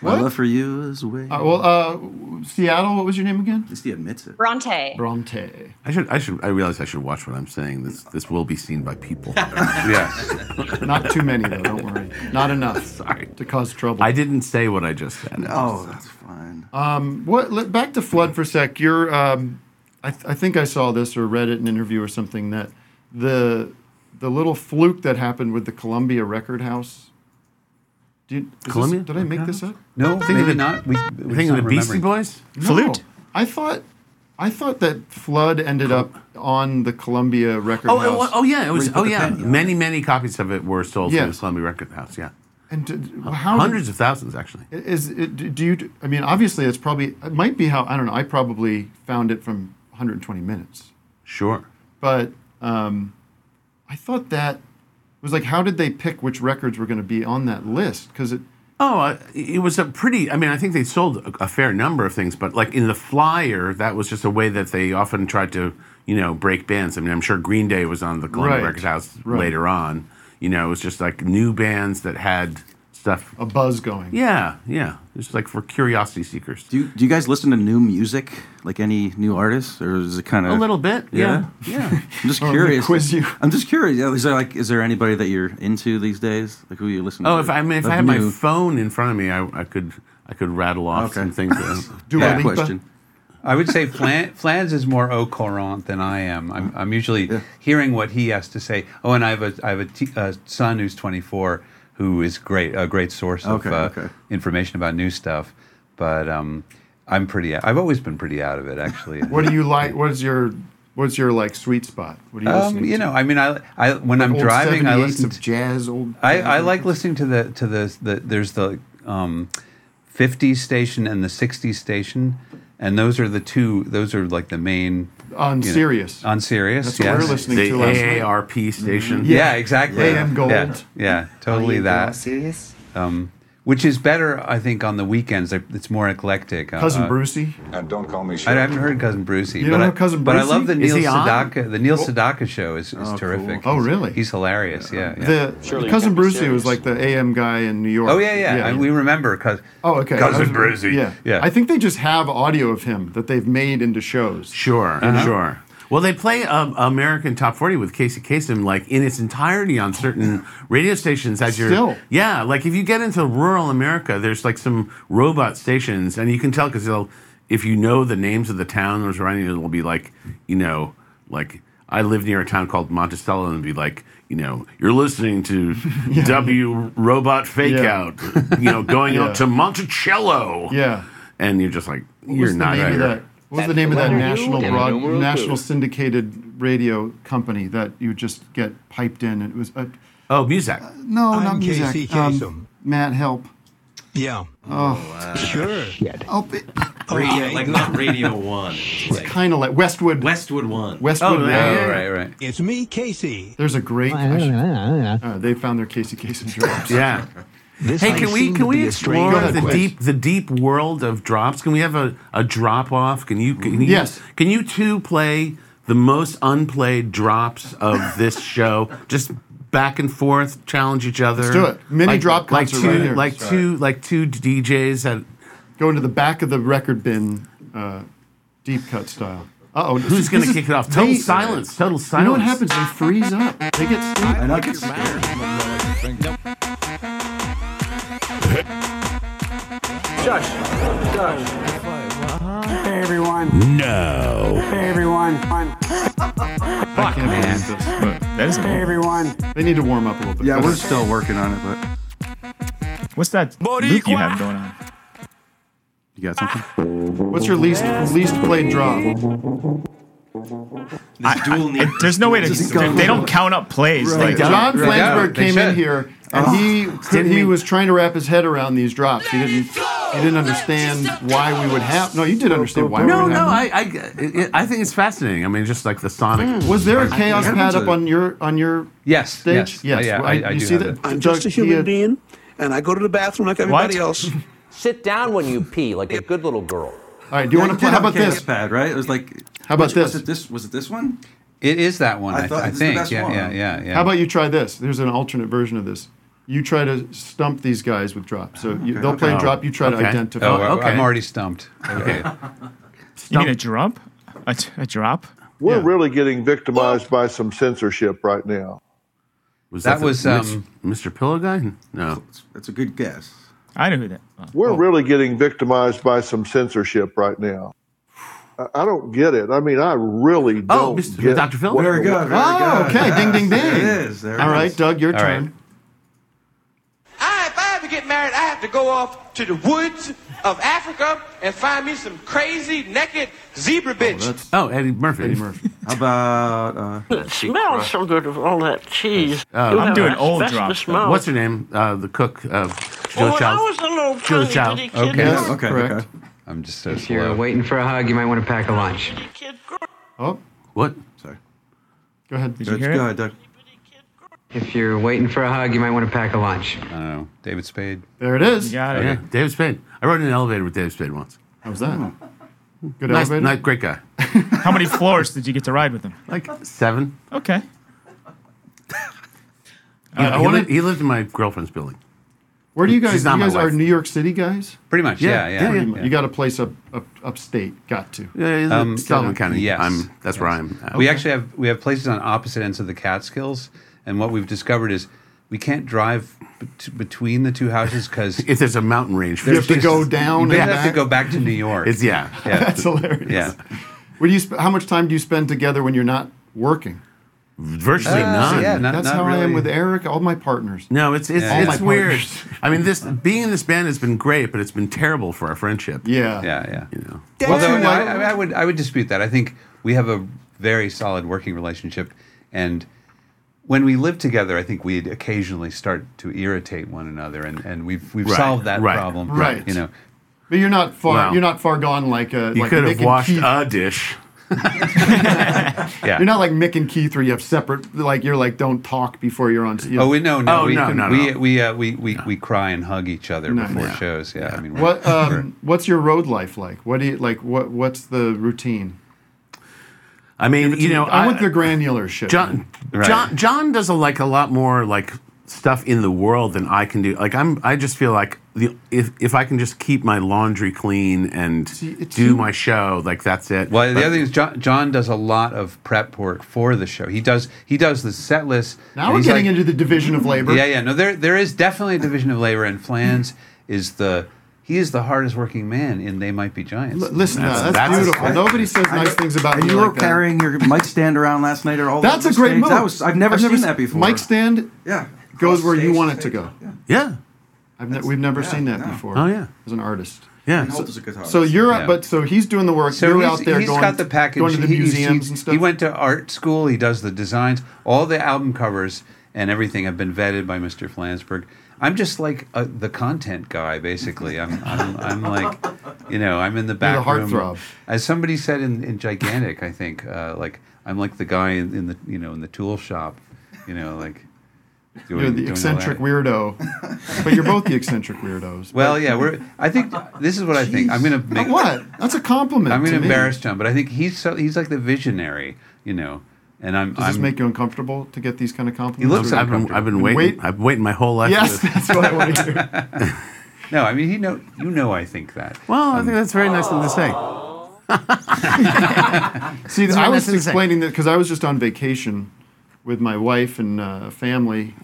Speaker 9: My love for you is way.
Speaker 4: Uh, well, uh, Seattle. What was your name again? At
Speaker 9: least he admits it.
Speaker 13: Bronte.
Speaker 4: Bronte.
Speaker 7: I should. I should. I realize I should watch what I'm saying. This. This will be seen by people.
Speaker 4: yes. Not too many though. Don't worry. Not enough. Sorry. To cause trouble.
Speaker 7: I didn't say what I just said.
Speaker 8: Oh,
Speaker 4: No,
Speaker 7: that's
Speaker 9: fine.
Speaker 4: Um, what? let- Back to flood for a sec. You're. Um, I, th- I think I saw this or read it in an interview or something that the the little fluke that happened with the Columbia Record House. Do you, is this-
Speaker 7: Columbia
Speaker 4: did I make this up?
Speaker 5: No,
Speaker 4: Think of
Speaker 5: maybe
Speaker 4: the-
Speaker 5: not. We, we're
Speaker 7: think
Speaker 5: just
Speaker 7: of
Speaker 5: not
Speaker 7: the Beastie
Speaker 5: remembering.
Speaker 7: Boys?
Speaker 4: No. I thought. I thought that Flood ended up on the Columbia Record
Speaker 7: Oh,
Speaker 4: House.
Speaker 7: it wa- oh yeah, it
Speaker 4: where
Speaker 7: was.
Speaker 4: you put
Speaker 7: Oh
Speaker 4: the
Speaker 7: yeah,
Speaker 4: pen-
Speaker 7: many many copies of it were sold
Speaker 4: Yeah.
Speaker 7: from the Columbia Record House. Yeah,
Speaker 4: And did, how did-
Speaker 7: hundreds of thousands actually.
Speaker 4: Is it, do do you? I mean, obviously, it's probably it might be how I don't know. I probably found it from 120 minutes,
Speaker 7: Sure.
Speaker 4: but um, I thought that was like, how did they pick which records were going to be on that list? Because it
Speaker 7: Oh, uh, it was a pretty. I mean, I think they sold a, a fair number of things, but like in the flyer, that was just a way that they often tried to, you know, break bands. I mean, I'm sure Green Day was on the Columbia
Speaker 4: Right,
Speaker 7: Record House
Speaker 4: right.
Speaker 7: later on. You know, it was just like new bands that had stuff.
Speaker 4: a buzz going.
Speaker 7: Yeah, yeah. It's like for curiosity seekers.
Speaker 9: Do you, do you guys listen to new music? Like any new artists, or is it kind of
Speaker 7: A little bit, yeah. Yeah.
Speaker 9: I'm just
Speaker 7: Oh, I'm gonna
Speaker 9: curious.
Speaker 7: quiz you.
Speaker 9: I'm just curious. Yeah, Is there like is there anybody that you're into these days? Like who you listen to?
Speaker 7: Oh, if I, I mean, if
Speaker 9: of
Speaker 7: I had my
Speaker 9: new-
Speaker 7: phone in front of me, I, I could I could rattle off some things. that-
Speaker 9: Dua Bad Lipa? question.
Speaker 5: I would say Flan, Flans is more au courant than I am. I'm, I'm usually hearing what he has to say. Oh, and I have a I have a t- uh, son who's 24 who is great a great source of
Speaker 9: Okay,
Speaker 5: uh,
Speaker 9: okay.
Speaker 5: information about new stuff. But um, I'm pretty. I've always been pretty out of it actually.
Speaker 4: What do you like? What's your What's your like sweet spot? What do you
Speaker 5: Um,
Speaker 4: listening
Speaker 5: you
Speaker 4: to?
Speaker 5: know, I mean, I, I when
Speaker 4: Like
Speaker 5: I'm
Speaker 4: old
Speaker 5: driving, I
Speaker 4: 78s
Speaker 5: listen
Speaker 4: of
Speaker 5: to
Speaker 4: jazz. Old
Speaker 5: I, I like listening to the to the, the there's the um, 50s station and the 60s station, and those are the two. Those are like the main
Speaker 4: On
Speaker 5: you know-
Speaker 4: Sirius.
Speaker 5: on Sirius.
Speaker 4: That's what we
Speaker 5: yes.
Speaker 4: were listening to last night.
Speaker 7: AARP station.
Speaker 5: Yeah, exactly.
Speaker 4: AM Gold. Oh,
Speaker 5: Yeah, yeah, totally
Speaker 4: Are you
Speaker 5: that.
Speaker 4: serious?
Speaker 5: Um, which is better, I think, on the weekends. They're- It's more eclectic. Uh,
Speaker 4: Cousin
Speaker 5: uh,
Speaker 4: Brucey.
Speaker 14: And don't call me
Speaker 5: I haven't heard Cousin Brucey,
Speaker 4: You
Speaker 5: but
Speaker 4: don't
Speaker 5: I,
Speaker 4: know Cousin
Speaker 5: but I
Speaker 4: Brucey?
Speaker 5: love the
Speaker 4: Is
Speaker 5: Neil
Speaker 4: he on?
Speaker 5: Sedaka. The Neil
Speaker 4: Oh.
Speaker 5: Sedaka show is, is terrific.
Speaker 4: Oh,
Speaker 5: He's-
Speaker 4: really?
Speaker 5: He's hilarious. Yeah. yeah.
Speaker 4: The cousin Brucey was like the AM guy in New York.
Speaker 5: Oh yeah, yeah. I- we remember because
Speaker 4: Oh, okay. I was-
Speaker 5: Cousin Brucey.
Speaker 4: Yeah.
Speaker 5: yeah.
Speaker 4: I think they just have audio of him that they've made into shows.
Speaker 7: Sure,
Speaker 4: You know?
Speaker 7: sure. Uh-huh. Well, they play um, American Top 40 with Casey Kasem like in its entirety on certain radio stations. As you're,
Speaker 4: Still.
Speaker 7: yeah, like if you get into rural America, there's like some robot stations, and you can tell because they'll, if you know the names of the town or surrounding, it, it'll be like, you know, like I live near a town called Monticello, and it'll be like, you know, you're listening to W Robot Fake
Speaker 4: Yeah.
Speaker 7: Out, you know, going
Speaker 4: Yeah.
Speaker 7: out to Monticello,
Speaker 4: Yeah.
Speaker 7: and you're just like,
Speaker 4: What
Speaker 7: you're
Speaker 4: was the
Speaker 7: not
Speaker 4: name
Speaker 7: here.
Speaker 4: of that? What was the
Speaker 7: That's
Speaker 4: name
Speaker 7: the
Speaker 4: of that
Speaker 7: letter U
Speaker 4: national
Speaker 7: and
Speaker 4: broad,
Speaker 7: the numeral
Speaker 4: national
Speaker 7: two.
Speaker 4: syndicated radio company that you just get piped in? And it was uh,
Speaker 7: oh, Muzak.
Speaker 4: no,
Speaker 15: I'm
Speaker 4: not
Speaker 15: Casey
Speaker 4: Muzak.
Speaker 15: Kasem.
Speaker 4: Um, Matt, help.
Speaker 15: Yeah.
Speaker 4: Oh,
Speaker 15: Sure.
Speaker 4: I'll be-
Speaker 15: Okay.
Speaker 16: like not Radio One. It's like
Speaker 4: kind of like Westwood.
Speaker 16: Westwood One.
Speaker 7: Oh,
Speaker 4: Westwood. Maine.
Speaker 5: Oh, right.
Speaker 15: It's me, Casey.
Speaker 4: There's a great. I should- uh, they found their Casey Kasem drops.
Speaker 7: Yeah. hey, can we can we explore
Speaker 4: Go ahead,
Speaker 7: the
Speaker 4: please.
Speaker 7: deep the deep world of drops? Can we have a, a drop off? Can you can you,
Speaker 4: Yes.
Speaker 7: Can you two play the most unplayed drops of this show? Just back and forth, challenge each other.
Speaker 4: Let's do it. Mini
Speaker 7: Like-
Speaker 4: drop
Speaker 7: like
Speaker 4: concert
Speaker 7: two
Speaker 4: right here.
Speaker 7: like
Speaker 4: Sorry.
Speaker 7: two like two DJs that
Speaker 4: Go into the back of the record bin, uh, deep cut style. Uh oh.
Speaker 7: Who's gonna kick it off? Total silence, total
Speaker 4: You know what happens?
Speaker 7: silence.
Speaker 4: They freeze up. They get sleepy.
Speaker 9: And I get scared.
Speaker 17: Hey everyone.
Speaker 7: No.
Speaker 17: Hey everyone.
Speaker 4: I can't believe this.
Speaker 8: That is
Speaker 17: Hey everyone.
Speaker 4: They need to warm up a little bit.
Speaker 9: Yeah, we're still working on it, but
Speaker 8: What's that loop you have going on?
Speaker 9: You got something?
Speaker 4: What's your least least played drum?
Speaker 14: there's no way to.
Speaker 4: Just
Speaker 14: They,
Speaker 4: go.
Speaker 14: they don't count up plays. Like
Speaker 4: Right. John
Speaker 14: Right.
Speaker 4: Flansburgh
Speaker 14: They
Speaker 4: came in
Speaker 14: should. Oh.
Speaker 4: here and he could, he was trying to wrap his head around these drops. He didn't he didn't understand why we would have. No, you did understand why.
Speaker 7: no,
Speaker 4: we would
Speaker 7: no,
Speaker 4: have.
Speaker 7: I, I, it- it- I think it's fascinating. I mean, just like the Sonic.
Speaker 4: Was there a chaos pad up on your on your
Speaker 5: yes Oh,
Speaker 4: stage? you see that?
Speaker 18: I'm
Speaker 4: Doug,
Speaker 18: just a human
Speaker 4: he had-
Speaker 18: being, and I go to the bathroom like everybody
Speaker 9: What?
Speaker 18: else.
Speaker 19: Sit down when you pee, like a good little girl.
Speaker 4: All right,
Speaker 9: Yeah,
Speaker 5: wanna
Speaker 9: you
Speaker 5: play-
Speaker 9: did
Speaker 5: how
Speaker 9: have a
Speaker 5: about this?
Speaker 9: chaos Pad, right? It was like.
Speaker 4: How
Speaker 9: which-
Speaker 4: about this?
Speaker 9: Was it this? Was it this one?
Speaker 5: It is that one.
Speaker 9: I
Speaker 5: I, th-
Speaker 9: thought
Speaker 5: I
Speaker 9: this is the
Speaker 5: think.
Speaker 9: best
Speaker 5: yeah,
Speaker 9: one.
Speaker 5: yeah, yeah, yeah.
Speaker 4: How about you try this? There's an alternate version of this. You try to stump these guys with drops. So you, they'll play
Speaker 5: Oh,
Speaker 4: drop. You try
Speaker 5: okay.
Speaker 4: to identify.
Speaker 5: Oh, I- I'm already stumped. Okay.
Speaker 14: You mean a drop? A, a drop?
Speaker 20: We're really getting victimized by some censorship right now.
Speaker 7: Was
Speaker 20: That
Speaker 7: the
Speaker 20: was,
Speaker 7: Mis-
Speaker 20: um,
Speaker 7: Mr. Pillow guy? No,
Speaker 9: that's a good guess.
Speaker 14: I know who that. uh, oh.
Speaker 20: We're really getting victimized by some censorship right now. I- I don't get it. I mean, I really don't.
Speaker 7: Oh, Mr.
Speaker 20: Get
Speaker 7: Dr. Phil?
Speaker 20: what-
Speaker 7: Very good, very
Speaker 20: Oh,
Speaker 7: good.
Speaker 20: okay. Ding, ding, ding.
Speaker 7: There it is, there it
Speaker 20: All right,
Speaker 7: is.
Speaker 20: Doug, your
Speaker 7: All
Speaker 20: turn.
Speaker 7: right.
Speaker 21: I, if I ever get married, I have to go off to the woods of Africa and find me some crazy naked zebra bitch.
Speaker 7: Oh, Eddie Murphy. Eddie
Speaker 4: Murphy.
Speaker 9: How about? Uh,
Speaker 21: smells so good with all that cheese.
Speaker 7: Uh,
Speaker 21: You have an asbestos smell.
Speaker 7: What's her name? Uh, the cook of Joe
Speaker 21: Well, when
Speaker 7: Child.
Speaker 21: Oh, I was a little
Speaker 7: Joe
Speaker 21: tiny
Speaker 7: Child.
Speaker 21: bitty kid, Okay, yes,
Speaker 7: okay,
Speaker 21: correct.
Speaker 5: I'm just so
Speaker 22: If you're waiting for a hug, you might want to pack a lunch.
Speaker 4: Oh,
Speaker 7: What?
Speaker 9: Sorry.
Speaker 4: Go ahead.
Speaker 22: Did you hear it? If you're waiting for a hug, you might want to pack a lunch. I
Speaker 5: don't know. David Spade.
Speaker 4: There it is.
Speaker 7: Yeah, David Spade. I rode in an elevator with David Spade once.
Speaker 4: How was that? Good
Speaker 7: nice,
Speaker 4: elevator?
Speaker 7: nice- great guy.
Speaker 14: How many floors did you get to ride with him?
Speaker 7: Like Seven.
Speaker 14: okay.
Speaker 7: He-
Speaker 4: I
Speaker 7: he,
Speaker 4: wanna-
Speaker 7: lived, he lived in my girlfriend's building.
Speaker 4: Where do you
Speaker 7: She's
Speaker 4: guys?
Speaker 7: not
Speaker 4: You
Speaker 7: my
Speaker 4: guys are
Speaker 7: wife.
Speaker 4: New York City guys.
Speaker 7: Pretty much, yeah, yeah,
Speaker 4: pretty
Speaker 7: yeah,
Speaker 4: much.
Speaker 7: yeah.
Speaker 4: You got a place up, up upstate. Got to.
Speaker 5: Um,
Speaker 7: Sullivan County.
Speaker 5: Yes,
Speaker 7: I'm- that's where I am at.
Speaker 5: We
Speaker 7: Okay.
Speaker 5: actually have we have places on opposite ends of the Catskills, and what we've discovered is we can't drive bet- between the two houses because
Speaker 7: if there's a mountain range,
Speaker 4: You have to go down
Speaker 5: We
Speaker 4: and
Speaker 5: have to
Speaker 4: back?
Speaker 5: go back to New York.
Speaker 7: It's- yeah.
Speaker 4: That's hilarious.
Speaker 5: Yeah.
Speaker 4: What do you? Sp- how much time do you spend together when you're not working?
Speaker 7: Virtually Uh, none. yeah, Oh not-
Speaker 4: That's
Speaker 7: not
Speaker 4: how I am
Speaker 7: really.
Speaker 4: with Eric. All my partners.
Speaker 7: No, it's it's,
Speaker 4: All my
Speaker 7: it's weird.
Speaker 4: partners.
Speaker 7: I mean, this being in this band has been great, but it's been terrible for our friendship.
Speaker 4: Yeah,
Speaker 5: yeah, yeah.
Speaker 7: You know,
Speaker 5: Although no, I, I mean, I would I would dispute that. I think we have a very solid working relationship, and when we lived together, I think we'd occasionally start to irritate one another, and, and we've we've
Speaker 4: Right,
Speaker 5: solved that
Speaker 4: right,
Speaker 5: problem.
Speaker 4: right.
Speaker 5: You know,
Speaker 4: But you're not far.
Speaker 5: Wow.
Speaker 4: You're not far gone. Like uh,
Speaker 5: You
Speaker 4: like
Speaker 5: could have
Speaker 4: Mick and
Speaker 5: washed
Speaker 4: Keith.
Speaker 7: a dish.
Speaker 5: yeah.
Speaker 4: You're not like Mick and Keith, where you have separate. Like you're like don't talk before you're on. You
Speaker 5: Oh, we no, no,
Speaker 4: Oh,
Speaker 5: we,
Speaker 4: no, no,
Speaker 5: we,
Speaker 4: no.
Speaker 5: we, uh, we, we, we cry and hug each other
Speaker 4: No,
Speaker 5: before
Speaker 4: no.
Speaker 5: shows. Yeah, I mean, we're-
Speaker 4: What
Speaker 5: we're-
Speaker 4: um, what's your road life like? What do you like? What what's the routine?
Speaker 7: I mean, you know,
Speaker 4: I,
Speaker 7: I-
Speaker 4: want the granular shit.
Speaker 7: John,
Speaker 4: man.
Speaker 7: John, John does a, like a lot more like stuff in the world than I can do. Like I'm, I just feel like the if if I can just keep my laundry clean and do my show, like that's it.
Speaker 5: well, the
Speaker 7: But-
Speaker 5: other thing is John, John does a lot of prep work for the show. He does he does the set list.
Speaker 4: Now
Speaker 5: and
Speaker 4: we're
Speaker 5: he's
Speaker 4: getting
Speaker 5: like-
Speaker 4: into the division of labor.
Speaker 5: Yeah, yeah. No, there there is definitely a division of labor, and Flans is the he is the hardest working man in They Might Be Giants.
Speaker 4: L- listen to that. That's, beautiful. Nobody says nice things about
Speaker 9: and
Speaker 4: me
Speaker 9: you were
Speaker 4: like that.
Speaker 9: carrying your mic stand around last night, or all
Speaker 4: That's
Speaker 9: the
Speaker 4: a great
Speaker 9: things.
Speaker 4: move.
Speaker 9: That was I've never seen that before.
Speaker 4: Mike stand.
Speaker 9: Yeah.
Speaker 4: Goes where you want it to go. Yeah.
Speaker 7: Yeah.
Speaker 4: I've ne- we've never seen that before.
Speaker 9: Oh, yeah.
Speaker 4: As an artist.
Speaker 7: Yeah.
Speaker 4: So,
Speaker 9: Holt is a guitarist.
Speaker 4: so you're
Speaker 5: Yeah.
Speaker 4: up, but so he's doing the work.
Speaker 5: So
Speaker 4: you're
Speaker 5: he's,
Speaker 4: out there
Speaker 5: he's
Speaker 4: going,
Speaker 5: got the package.
Speaker 4: going to the
Speaker 5: He- he's-
Speaker 4: museums
Speaker 5: he,
Speaker 4: and stuff.
Speaker 5: He went to art school. He does the designs. All the album covers and everything have been vetted by Mr. Flansburgh. I'm just like uh the content guy, basically. I'm, I'm, I'm like, you know, I'm in the back
Speaker 4: You're the
Speaker 5: room.
Speaker 4: heartthrob.
Speaker 5: As somebody said in, in Gigantic, I think, uh, like I'm like the guy in, in the you know in the tool shop, you know, like. doing-
Speaker 4: you're
Speaker 5: doing all
Speaker 4: the
Speaker 5: that.
Speaker 4: eccentric weirdo, but you're both the eccentric weirdos.
Speaker 5: Well,
Speaker 4: But-
Speaker 5: yeah, we're. I think this is what I think. I'm gonna make
Speaker 4: what? That's a compliment.
Speaker 5: I'm
Speaker 4: to
Speaker 5: gonna
Speaker 4: me.
Speaker 5: embarrass John, but I think he's so he's like the visionary, you know. And I'm.
Speaker 4: Does
Speaker 5: I'm
Speaker 4: this make you uncomfortable to get these kind of
Speaker 5: he
Speaker 4: compliments?
Speaker 5: looks.
Speaker 4: Or-
Speaker 7: I've been, I've been waiting. I've been waiting my whole life.
Speaker 4: Yes,
Speaker 7: for this.
Speaker 4: that's what I want to hear.
Speaker 5: No, I mean he know. You know, I think that.
Speaker 7: Well, I think that's very nice of him to say.
Speaker 4: See,
Speaker 7: That's
Speaker 4: I
Speaker 7: right,
Speaker 4: was
Speaker 7: that's insane.
Speaker 4: explaining that because I was just on vacation with my wife and uh, family,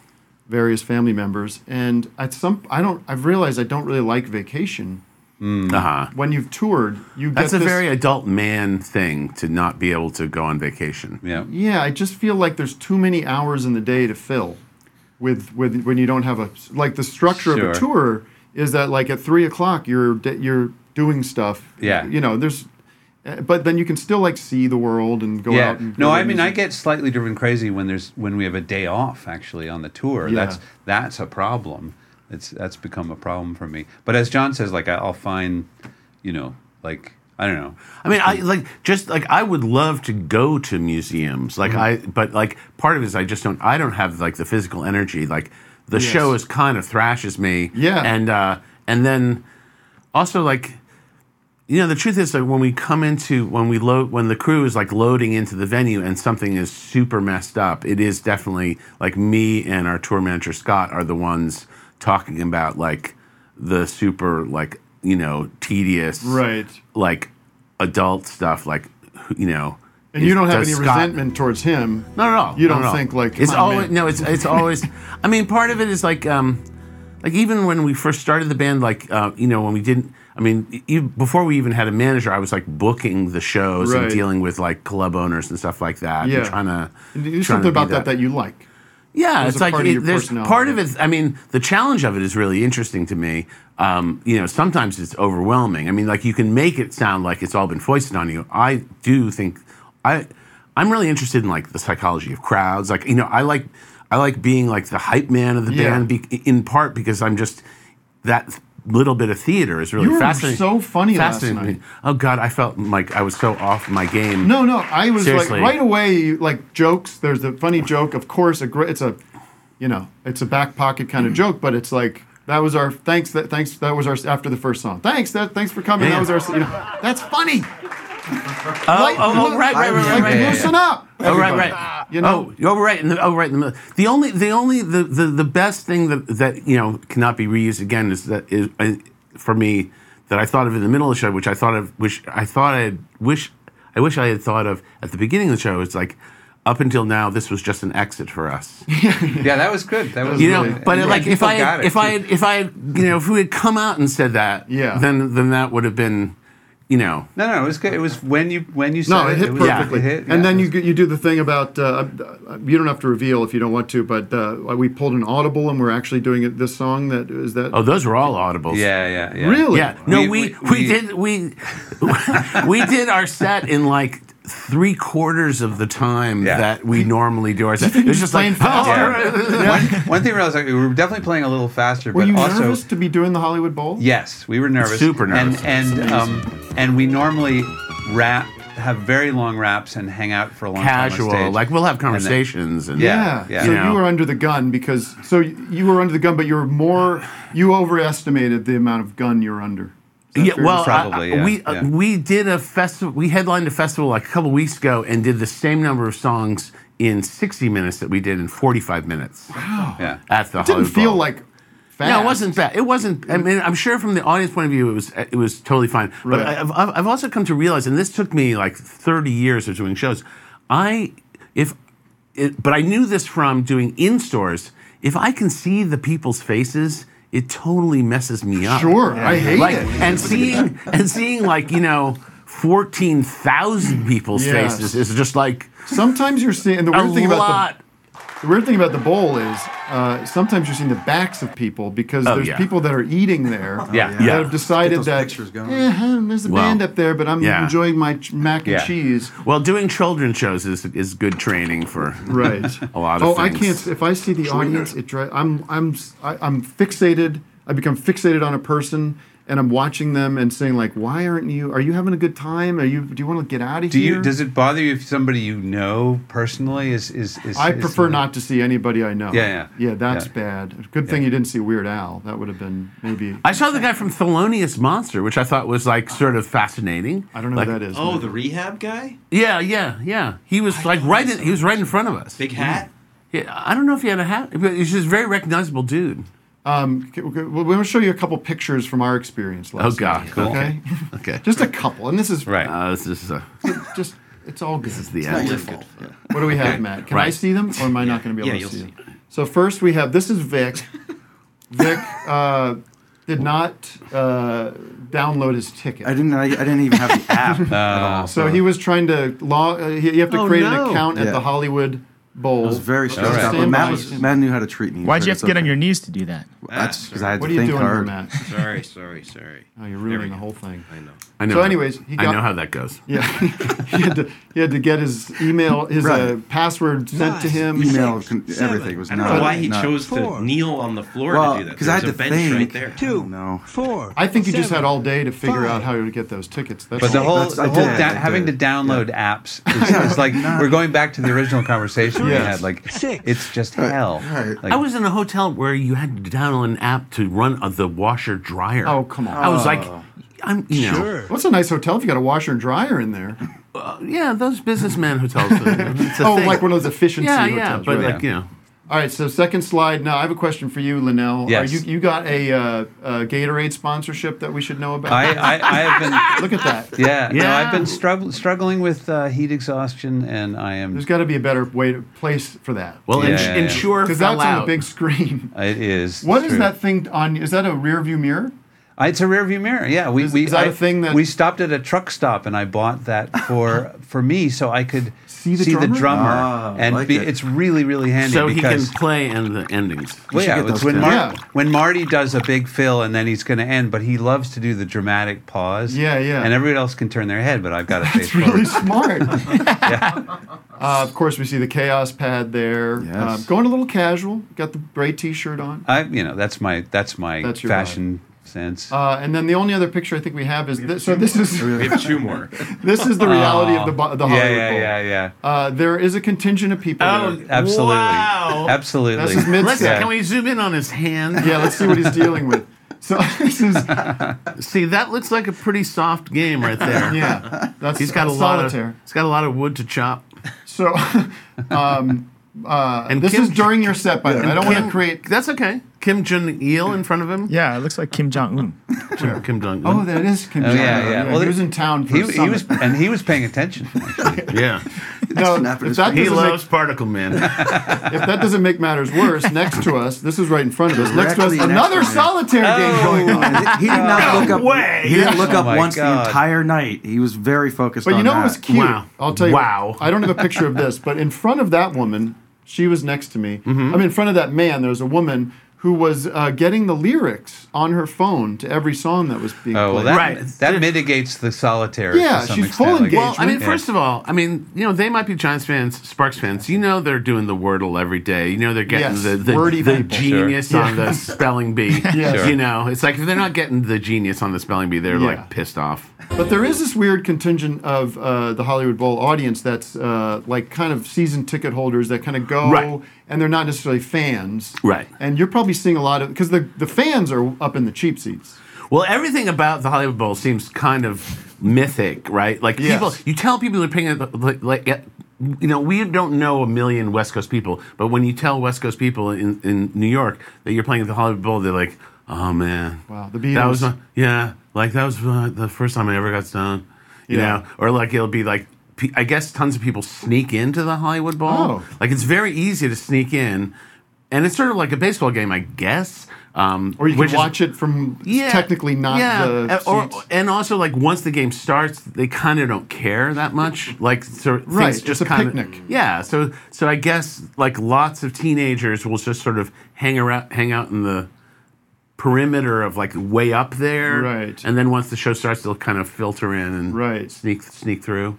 Speaker 4: various family members, and at some I don't I've realized I don't really like vacation.
Speaker 7: Uh-huh.
Speaker 4: When you've toured, you
Speaker 7: That's a
Speaker 4: get this,
Speaker 7: very adult man thing to not be able to go on vacation.
Speaker 5: Yeah.
Speaker 4: yeah. I just feel like there's too many hours in the day to fill with with when you don't have a like the structure
Speaker 5: Sure.
Speaker 4: of a tour is that like at three o'clock your da- your doing stuff.
Speaker 5: Yeah.
Speaker 4: You know, there's, uh, but then you can still like see the world and go
Speaker 5: yeah.
Speaker 4: out. And
Speaker 5: no,
Speaker 4: do
Speaker 5: I mean I
Speaker 4: music.
Speaker 5: get slightly driven crazy when there's when we have a day off actually on the tour.
Speaker 4: Yeah.
Speaker 5: That's that's a problem. It's that's become a problem for me. But as John says, like I, I'll find, you know, like I don't know.
Speaker 7: I mean,
Speaker 4: Mm-hmm.
Speaker 7: I like just like I would love to go to museums. Like
Speaker 4: Mm-hmm.
Speaker 7: I, but like part of it is I just don't. I don't have like the physical energy. Like the
Speaker 4: Yes.
Speaker 7: show is kind of thrashes me.
Speaker 4: Yeah.
Speaker 7: and uh, and then also like you know the truth is like when we come into when we load when the crew is like loading into the venue and something is super messed up it is definitely like me and our tour manager scott are the ones talking about like the super like you know tedious
Speaker 4: Right.
Speaker 7: like adult stuff like you know
Speaker 4: And you don't have
Speaker 7: does
Speaker 4: any
Speaker 7: Scott-
Speaker 4: resentment towards him.
Speaker 7: not at all.
Speaker 4: You
Speaker 7: Not
Speaker 4: don't
Speaker 7: at all.
Speaker 4: think like
Speaker 7: it's
Speaker 4: "Come on,
Speaker 7: always
Speaker 4: man."
Speaker 7: no. It's it's always. I mean, part of it is like um, like even when we first started the band, like uh, you know when we didn't. I mean, e- before we even had a manager, I was like booking the shows
Speaker 4: Right.
Speaker 7: and dealing with like club owners and stuff like that.
Speaker 4: Yeah.
Speaker 7: and trying to.
Speaker 4: And
Speaker 7: trying
Speaker 4: There's
Speaker 7: to
Speaker 4: something
Speaker 7: be
Speaker 4: about that that you like.
Speaker 7: yeah,
Speaker 4: There's
Speaker 7: it's
Speaker 4: a
Speaker 7: like
Speaker 4: part of
Speaker 7: it-
Speaker 4: your
Speaker 7: there's
Speaker 4: personality.
Speaker 7: part of it. I mean, the challenge of it is really interesting to me. Um, you know, sometimes it's overwhelming. I mean, like you can make it sound like it's all been foisted on you. I do think I I'm really interested in like the psychology of crowds. Like you know, I like I like being like the hype man of the
Speaker 4: Yeah.
Speaker 7: band be, in part because I'm just that little bit of theater is really
Speaker 4: You were
Speaker 7: fascinating.
Speaker 4: so funny last
Speaker 7: fascinating to me. Oh God, I felt like I was so off my game.
Speaker 4: No, no, I was
Speaker 7: Seriously.
Speaker 4: like right away. Like jokes, there's a funny joke. Of course, a great. It's a, you know, it's a back pocket kind of
Speaker 7: Mm-hmm.
Speaker 4: joke, but it's like that was our thanks. That thanks. That was our after the first song. Thanks. That thanks for coming. That
Speaker 7: Yeah.
Speaker 4: was our. You know, that's funny.
Speaker 7: Oh,
Speaker 4: Like,
Speaker 7: oh, oh, right, right, right, right,
Speaker 4: like,
Speaker 7: right.
Speaker 4: loosen up.
Speaker 7: Oh, right,
Speaker 4: everybody.
Speaker 7: right.
Speaker 4: You know,
Speaker 7: Oh, oh, right. In the, oh, right. In the, middle. the only, the only, the, the, the best thing that that you know cannot be reused again is that is uh, for me that I thought of in the middle of the show, which I thought of, which I thought I had, wish, I wish I had thought of at the beginning of the show. It's like up until now, this was just an exit for us.
Speaker 5: Yeah, that was good. That was
Speaker 7: You know,
Speaker 5: really-
Speaker 7: but
Speaker 5: yeah,
Speaker 7: like if
Speaker 5: people
Speaker 7: I
Speaker 5: got
Speaker 7: had,
Speaker 5: it,
Speaker 7: if
Speaker 5: too.
Speaker 7: I had, if I had, you know, if we had come out and said that,
Speaker 5: Yeah.
Speaker 7: then then that would have been, you know,
Speaker 5: no, no, it was good. It was when you when you said
Speaker 4: No, it hit
Speaker 5: was-
Speaker 4: perfectly.
Speaker 5: it hit, yeah.
Speaker 4: and then you you do the thing about uh, uh, you don't have to reveal if you don't want to, but uh, we pulled an audible and we're actually doing it. This song that is that.
Speaker 7: Oh, those were all audibles.
Speaker 5: Yeah, yeah, yeah.
Speaker 4: Really?
Speaker 7: Yeah. No, we we, did we we did our set in like three quarters of the time that we normally do our set. It was just like oh, all
Speaker 5: Yeah.
Speaker 7: right.
Speaker 5: One, one thing I realized, like, we were definitely playing a little faster,
Speaker 4: Were
Speaker 5: but
Speaker 4: you
Speaker 5: also
Speaker 4: nervous to be doing the Hollywood Bowl?
Speaker 5: Yes, we were nervous.
Speaker 7: Super nervous.
Speaker 5: And
Speaker 4: That's
Speaker 5: and um, and we normally rap, have very long raps, and hang out for a long
Speaker 7: Casual,
Speaker 5: time on stage.
Speaker 7: like, we'll have
Speaker 5: And then-
Speaker 7: conversations and-
Speaker 5: yeah,
Speaker 4: So
Speaker 5: yeah.
Speaker 4: you were under the gun because so y- you were under the gun, but you were more you overestimated the amount of gun you were under. Is that fair
Speaker 7: Yeah,
Speaker 4: to
Speaker 7: well,
Speaker 4: say?
Speaker 7: I- I- we uh, we did a festival. We headlined a festival like a couple weeks ago and did the same number of songs in 60 minutes that we did in 45 minutes. Wow.
Speaker 5: Yeah.
Speaker 7: At the
Speaker 4: It didn't
Speaker 7: Hollywood
Speaker 4: feel
Speaker 7: Bowl.
Speaker 4: like
Speaker 7: No,
Speaker 4: fast.
Speaker 7: it wasn't bad. It wasn't. I mean, I'm sure from the audience point of view, it was it was totally fine. But
Speaker 4: Right.
Speaker 7: I, I've I've I've also come to realize, and this took me like 30 years of doing shows. I if it, but I knew this from doing in stores. If I can see the people's faces, it totally messes me up.
Speaker 4: Sure, I hate
Speaker 7: Like,
Speaker 4: it.
Speaker 7: And seeing and seeing like you know 14,000 people's
Speaker 4: Yeah.
Speaker 7: faces is just like
Speaker 4: Sometimes you're seeing and the
Speaker 7: A
Speaker 4: weird thing
Speaker 7: lot.
Speaker 4: about the, the weird thing about the bowl is uh, sometimes you're seeing the backs of people because
Speaker 7: Oh,
Speaker 4: there's
Speaker 7: yeah.
Speaker 4: people that are eating there
Speaker 5: Oh,
Speaker 7: Yeah.
Speaker 4: that
Speaker 7: Yeah.
Speaker 4: have decided that "Eh, huh, there's a
Speaker 7: Well,
Speaker 4: band up there, but I'm
Speaker 7: yeah.
Speaker 4: enjoying my ch- mac and
Speaker 7: Yeah.
Speaker 4: cheese.
Speaker 7: Well, doing children's shows is is good training for
Speaker 4: Right.
Speaker 7: a lot
Speaker 4: oh,
Speaker 7: of
Speaker 4: I
Speaker 7: things.
Speaker 4: can't. If I see the audience, it drives. I'm I'm s- I, am i am i am fixated. I become fixated on a person, and I'm watching them and saying like, "Why aren't you? Are you having a good time? Are you? Do you want to get out of
Speaker 5: Do
Speaker 4: here?"
Speaker 5: you? Does it bother you if somebody you know personally is is? is
Speaker 4: I
Speaker 5: is-
Speaker 4: prefer not to see anybody I know.
Speaker 5: Yeah, yeah.
Speaker 4: yeah. That's
Speaker 5: Yeah.
Speaker 4: bad. Good thing you didn't see Weird Al. That would have been maybe.
Speaker 7: I saw the guy from Thelonious Monster, which I thought was like sort of fascinating.
Speaker 4: I don't know
Speaker 7: like,
Speaker 4: who that is.
Speaker 16: Oh, the rehab guy?
Speaker 7: Yeah, yeah, yeah. He was like right in. He was right in front of us.
Speaker 16: Big hat?
Speaker 7: Yeah, I don't know if he had a hat, but he's just a very recognizable dude.
Speaker 4: Um, c- c- we're going to show you a couple pictures from our experience. Last
Speaker 7: Oh God.
Speaker 4: night,
Speaker 7: Cool.
Speaker 4: Okay.
Speaker 7: Okay.
Speaker 4: Just a couple, and this is
Speaker 5: Right.
Speaker 7: Uh, this is uh,
Speaker 4: just it's all good. This is
Speaker 7: the
Speaker 16: Not your
Speaker 7: end.
Speaker 16: fault.
Speaker 4: What do we have,
Speaker 7: Okay.
Speaker 4: Matt? Can I
Speaker 7: Right.
Speaker 4: see them, or am I not going to be able
Speaker 16: Yeah,
Speaker 4: to see
Speaker 16: you'll
Speaker 4: them? So first we have this is Vic. Vic uh, did not uh, download his ticket.
Speaker 6: I didn't. I, I didn't even have the app.
Speaker 5: Uh,
Speaker 4: so he was trying to log. Uh, he- you have to
Speaker 7: Oh,
Speaker 4: create
Speaker 7: no.
Speaker 4: an account at
Speaker 6: Yeah.
Speaker 4: the Hollywood bowl.
Speaker 9: I was very stressed
Speaker 4: Stand
Speaker 9: out, but
Speaker 4: by
Speaker 9: Matt, was,
Speaker 4: you.
Speaker 9: Matt knew how to treat me.
Speaker 14: Why'd
Speaker 9: but
Speaker 14: you have
Speaker 9: it's
Speaker 14: to get on
Speaker 9: okay.
Speaker 14: your knees to do that?
Speaker 9: That's because I had
Speaker 4: What
Speaker 9: to
Speaker 4: are you
Speaker 9: think
Speaker 4: doing
Speaker 9: hard.
Speaker 4: here, Matt?
Speaker 10: sorry, sorry, sorry.
Speaker 4: Oh, you're ruining the whole thing. I know.
Speaker 7: I know
Speaker 4: So,
Speaker 7: how-
Speaker 4: anyways, he
Speaker 7: I
Speaker 4: got-
Speaker 7: know how that goes.
Speaker 4: Yeah, he, had to, he had to get his email, his uh, password sent to him.
Speaker 9: Email, con- everything was
Speaker 10: I don't
Speaker 9: not-
Speaker 10: know why he
Speaker 9: not-
Speaker 10: chose
Speaker 4: Four.
Speaker 10: to kneel on the floor
Speaker 9: Well,
Speaker 10: to do that.
Speaker 9: 'cause I
Speaker 10: There's
Speaker 9: had to
Speaker 10: a bench
Speaker 9: think.
Speaker 10: right there.
Speaker 15: Two.
Speaker 9: No.
Speaker 15: Four.
Speaker 4: I think you just
Speaker 15: seven,
Speaker 4: had all day to figure
Speaker 15: five.
Speaker 4: out how to get those tickets. That's
Speaker 5: But the
Speaker 4: all.
Speaker 5: whole,
Speaker 4: That's-
Speaker 5: the whole da- having to download apps is, is like we're going back to the original conversation we
Speaker 7: Yes.
Speaker 5: had. Like
Speaker 7: Six.
Speaker 5: it's just hell. Like,
Speaker 7: I was in a hotel where you had to download an app to run uh, the washer dryer.
Speaker 4: Oh come on!
Speaker 7: I was like, I'm you know,
Speaker 4: What's a nice hotel if you got a washer and dryer in there?
Speaker 7: uh, yeah, those businessman hotels. it's a
Speaker 4: oh,
Speaker 7: thing.
Speaker 4: like one of those efficiency
Speaker 7: Yeah,
Speaker 4: hotels.
Speaker 7: yeah, but
Speaker 4: right.
Speaker 7: like you know,
Speaker 4: All right, so second slide. Now I have a question for you, Linnell. Are
Speaker 5: Yes.
Speaker 4: you you got a, uh, a Gatorade sponsorship that we should know about?
Speaker 5: I, I, I have been.
Speaker 4: Look at that.
Speaker 5: Yeah, no,
Speaker 4: Yeah.
Speaker 5: I've been strugg- struggling with uh, heat exhaustion, and I am.
Speaker 4: There's got to be a better way to place for that.
Speaker 5: Well, Yeah, ins- yeah, yeah. insure
Speaker 4: because that's
Speaker 5: fell
Speaker 4: on the
Speaker 5: out.
Speaker 4: big screen.
Speaker 5: It is.
Speaker 4: What
Speaker 5: it's
Speaker 4: is
Speaker 5: true.
Speaker 4: that thing on? Is that a rear view mirror?
Speaker 5: Uh, It's a rearview mirror. Yeah, we we
Speaker 4: is that
Speaker 5: I-
Speaker 4: a thing that-
Speaker 5: we stopped at a truck stop and I bought that for for me so I could see
Speaker 4: the drummer?
Speaker 9: Ah,
Speaker 5: and
Speaker 9: like
Speaker 5: be,
Speaker 9: it.
Speaker 5: it's really really handy
Speaker 7: so he can
Speaker 5: because
Speaker 7: play in the endings.
Speaker 5: well, yeah, it's when, Mar-
Speaker 4: Yeah.
Speaker 5: when Marty does a big fill and then he's going to end, but he loves to do the dramatic pause.
Speaker 4: Yeah, yeah.
Speaker 5: And everybody else can turn their head, but I've got to face forward.
Speaker 4: Really smart. uh, of course, we see the chaos pad there.
Speaker 5: Yes.
Speaker 4: Uh, going a little casual. Got the gray T-shirt on.
Speaker 5: I, you know, that's my that's my
Speaker 4: That's your
Speaker 5: fashion sense.
Speaker 4: Uh, and then the only other picture I think we have is this. So this is
Speaker 10: We have two more.
Speaker 4: this is the reality of the bo- the
Speaker 5: yeah,
Speaker 4: Hollywood
Speaker 5: Ah. yeah,
Speaker 4: Bowl.
Speaker 5: yeah, yeah.
Speaker 4: Uh, there is a contingent of people.
Speaker 7: Oh,
Speaker 4: there.
Speaker 5: Absolutely,
Speaker 7: Wow.
Speaker 5: absolutely.
Speaker 4: This is mid-
Speaker 7: Let's,
Speaker 4: Yeah.
Speaker 7: Can we zoom in on his hand?
Speaker 4: yeah. Let's see what he's dealing with. So this is
Speaker 7: See, that looks like a pretty soft game right there.
Speaker 4: yeah. That's
Speaker 7: he's got a
Speaker 4: that's
Speaker 7: lot
Speaker 4: solitaire.
Speaker 7: of he's got a lot of wood to chop.
Speaker 4: So, um, uh,
Speaker 7: And
Speaker 4: this
Speaker 7: Kim-
Speaker 4: is during your set, by the way. I don't want
Speaker 7: Kim-
Speaker 4: to create.
Speaker 7: That's okay. Kim Jong Il in front of him.
Speaker 14: Yeah, it looks like Kim Jong Un.
Speaker 7: Kim, Kim Jong.
Speaker 4: Oh, that is Kim
Speaker 5: Oh,
Speaker 4: Jong-un.
Speaker 5: yeah, yeah. Well,
Speaker 4: he was in town for
Speaker 5: He,
Speaker 4: a
Speaker 5: he was,
Speaker 4: summit.
Speaker 5: and he was paying attention.
Speaker 7: yeah.
Speaker 4: No, if that,
Speaker 7: He
Speaker 4: doesn't make,
Speaker 7: loves Particle Man.
Speaker 4: if that doesn't make matters worse, next to us, this is right in front of us. Next to us,
Speaker 9: Directly next
Speaker 4: another
Speaker 9: to me.
Speaker 4: solitaire game going on.
Speaker 9: He did not look up.
Speaker 7: way.
Speaker 9: He didn't look
Speaker 5: Oh
Speaker 9: up
Speaker 5: my
Speaker 9: once
Speaker 5: God.
Speaker 9: the entire night. He was very focused.
Speaker 4: But you
Speaker 9: on
Speaker 4: know
Speaker 9: that.
Speaker 4: what was cute?
Speaker 7: Wow.
Speaker 4: I'll tell you.
Speaker 7: Wow.
Speaker 4: I don't have a picture of this, but in front of that woman, she was next to me.
Speaker 7: Mm-hmm.
Speaker 4: I mean, in front of that man, there was a woman who was uh, getting the lyrics on her phone to every song that was being
Speaker 5: Oh well,
Speaker 4: played.
Speaker 5: that
Speaker 7: Right.
Speaker 5: that mitigates the solitaire.
Speaker 4: Yeah,
Speaker 5: to some
Speaker 4: she's
Speaker 5: extent.
Speaker 4: full
Speaker 5: Like,
Speaker 7: Well, I mean,
Speaker 5: Yeah.
Speaker 7: first of all, I mean, you know, they might be Giants fans, Sparks fans. You know, they're doing the Wordle every day. You know, they're getting
Speaker 4: Yes,
Speaker 7: the the,
Speaker 4: wordy
Speaker 7: the
Speaker 4: people.
Speaker 7: genius
Speaker 4: Sure.
Speaker 7: on the spelling bee.
Speaker 4: Yes.
Speaker 7: You know, it's like if they're not getting the genius on the spelling bee, they're
Speaker 4: Yeah.
Speaker 7: like pissed off.
Speaker 4: But there is this weird contingent of uh, the Hollywood Bowl audience that's uh, like kind of season ticket holders that kind of go
Speaker 7: Right.
Speaker 4: and they're not necessarily fans.
Speaker 7: Right.
Speaker 4: And you're probably seeing a lot of because the, the fans are up in the cheap seats.
Speaker 7: Well, everything about the Hollywood Bowl seems kind of mythic, right? Like
Speaker 4: Yes.
Speaker 7: people, you tell people they're paying like, like yeah, you know, we don't know a million West Coast people, but when you tell West Coast people in, in New York that you're playing at the Hollywood Bowl, they're like, "Oh man,
Speaker 4: Wow, the Beatles.
Speaker 7: That was my- yeah, like that was uh, the first time I ever got stoned, you
Speaker 4: Yeah.
Speaker 7: know, or like it'll be like. pe- I guess tons of people sneak into the Hollywood Bowl.
Speaker 4: Oh.
Speaker 7: Like it's very easy to sneak in, and it's sort of like a baseball game, I guess. Um,
Speaker 4: Or you
Speaker 7: which
Speaker 4: can
Speaker 7: is-
Speaker 4: watch it from technically not
Speaker 7: yeah.
Speaker 4: the
Speaker 7: and, or,
Speaker 4: seats.
Speaker 7: and also like once the game starts they kind of don't care that much like so
Speaker 4: Right,
Speaker 7: things
Speaker 4: it's
Speaker 7: just
Speaker 4: a
Speaker 7: kind of
Speaker 4: picnic.
Speaker 7: yeah so so i guess like lots of teenagers will just sort of hang around hang out in the perimeter of like way up there
Speaker 4: Right.
Speaker 7: and then once the show starts they'll kind of filter in and
Speaker 4: Right.
Speaker 7: sneak sneak through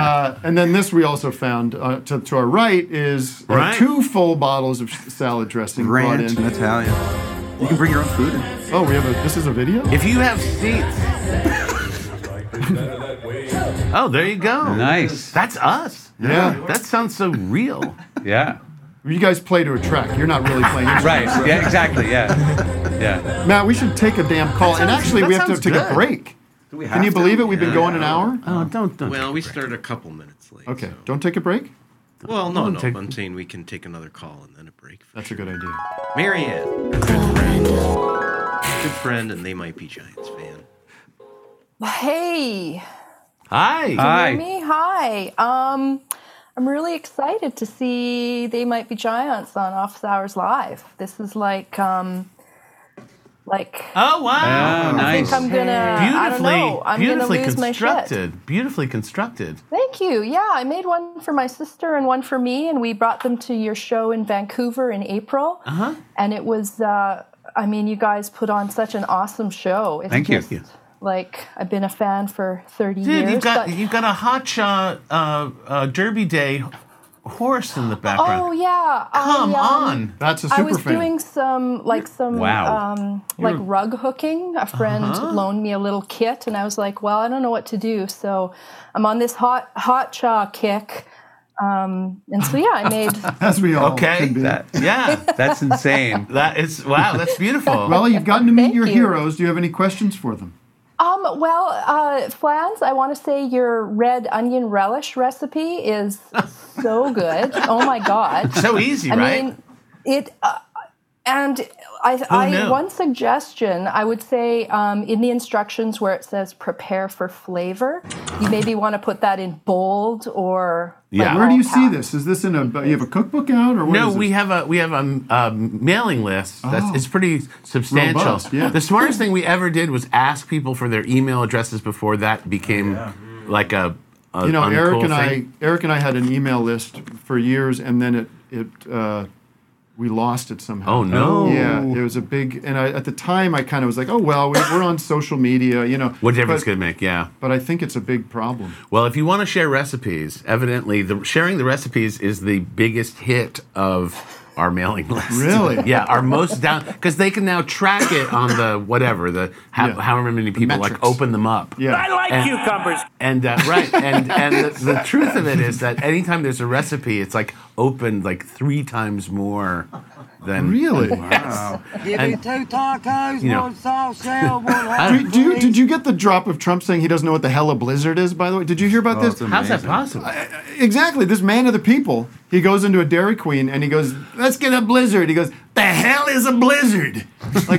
Speaker 4: Uh, and then this we also found uh, to, to our right is uh,
Speaker 7: Right.
Speaker 4: two full bottles of salad dressing brought
Speaker 9: ranch
Speaker 4: in.
Speaker 9: and Italian. You can bring your own food. In.
Speaker 4: Oh, we have a. This is a video.
Speaker 7: if you have seats oh there you go
Speaker 5: Nice.
Speaker 7: that's us
Speaker 4: Yeah.
Speaker 7: that sounds so real
Speaker 5: yeah,
Speaker 4: You guys play to a track. You're not really playing.
Speaker 5: right. Yeah, exactly. Yeah, yeah.
Speaker 4: Matt, we should take a damn call. and
Speaker 7: sounds-
Speaker 4: actually,
Speaker 7: that
Speaker 4: we have to
Speaker 7: sounds
Speaker 4: take a
Speaker 7: good.
Speaker 4: break.
Speaker 9: Do we
Speaker 4: Can you
Speaker 9: have to?
Speaker 4: believe it? We've been
Speaker 10: Yeah.
Speaker 4: going an hour.
Speaker 7: oh don't don't
Speaker 10: Well, we started a couple minutes late.
Speaker 4: Okay,
Speaker 10: so-
Speaker 4: don't take a break.
Speaker 10: Well, no,
Speaker 7: Don't
Speaker 10: no.
Speaker 7: take-
Speaker 10: I'm saying we can take another call and then a break.
Speaker 4: That's a good idea.
Speaker 10: Marianne, good friend, and they might be Giants fan.
Speaker 3: Hey,
Speaker 7: hi
Speaker 5: Hi.
Speaker 3: me. Hi. Um, I'm really excited to see They Might Be Giants on Office Hours Live. This is like um, Like,
Speaker 7: Oh wow!
Speaker 3: I think I'm gonna. I don't
Speaker 7: beautifully,
Speaker 3: know. I'm gonna
Speaker 7: beautifully
Speaker 3: lose my shit.
Speaker 7: constructed. Beautifully constructed.
Speaker 3: Thank you. Yeah, I made one for my sister and one for me, and we brought them to your show in Vancouver in April.
Speaker 7: Uh huh.
Speaker 3: And it was, uh, I mean, you guys put on such an awesome show. It's
Speaker 7: Thank you.
Speaker 3: just, Like, I've been a fan for 30
Speaker 7: Dude,
Speaker 3: years.
Speaker 7: you've got
Speaker 3: but-
Speaker 7: you've got a hotshot uh, uh, Derby Day horse in the background.
Speaker 3: Oh yeah!
Speaker 7: Come
Speaker 3: I, um,
Speaker 7: on. That's a
Speaker 3: I was
Speaker 7: superfan.
Speaker 3: doing some like some
Speaker 7: Wow.
Speaker 3: um,
Speaker 7: You're-
Speaker 3: like rug hooking. A friend
Speaker 7: Uh-huh.
Speaker 3: loaned me a little kit, and I was like, "Well, I don't know what to do, so I'm on this hot hot chaw kick." Um, and so yeah, I made
Speaker 4: As we all
Speaker 7: okay. That, yeah, that's insane. That is wow. That's beautiful.
Speaker 4: Well, you've gotten to meet your
Speaker 3: you.
Speaker 4: heroes. Do you have any questions for them?
Speaker 3: Um, well, uh, Flans, I want to say your red onion relish recipe is so good. Oh my god,
Speaker 7: So easy,
Speaker 3: I
Speaker 7: right?
Speaker 3: Mean, it uh, and I, I
Speaker 7: knew?
Speaker 3: one suggestion I would say um, in the instructions where it says prepare for flavor, you maybe want to put that in bold or like,
Speaker 7: Oh,
Speaker 4: Where do
Speaker 3: all
Speaker 4: you see this? Is this in a? You have a cookbook out, or what
Speaker 7: no,
Speaker 4: is it?
Speaker 7: we have a we have a, um mailing list. That's,
Speaker 4: Oh.
Speaker 7: it's pretty substantial.
Speaker 4: Robust, yeah.
Speaker 7: The smartest thing we ever did was ask people for their email addresses before that became like a, a
Speaker 4: you know, Eric
Speaker 7: uncool
Speaker 4: and
Speaker 7: thing.
Speaker 4: I, Eric and I had an email list for years, and then it it uh, we lost it somehow.
Speaker 7: Oh, no.
Speaker 4: Yeah, it was a big. And I, at the time, I kind of was like, oh well, we, we're on social media, you know.
Speaker 7: What difference
Speaker 4: But,
Speaker 7: could it make? Yeah.
Speaker 4: but I think it's a big problem.
Speaker 7: Well, if you want to share recipes, evidently the sharing the recipes is the biggest hit of our mailing list.
Speaker 4: Really?
Speaker 7: yeah, our most down because they can now track it on the whatever the how, however many people like open them up.
Speaker 4: Yeah.
Speaker 11: I like
Speaker 7: And-
Speaker 11: cucumbers.
Speaker 7: And uh, right, and and the, the truth of it is that anytime there's a recipe, it's like opened like three times more than
Speaker 4: Really?
Speaker 7: Yes.
Speaker 17: Give me
Speaker 7: And-
Speaker 17: two tacos,
Speaker 7: you know.
Speaker 17: one sauce, sale, one ham,
Speaker 4: Do, do you,
Speaker 17: please.
Speaker 4: did you get the drop of Trump saying he doesn't know what the hell a blizzard is? By the way, did you hear
Speaker 7: Oh,
Speaker 4: about this?
Speaker 7: How's that possible?
Speaker 4: Exactly. This man of the people, he goes into a Dairy Queen and he goes, "Let's get a blizzard." He goes, "The hell is a blizzard?"
Speaker 7: We're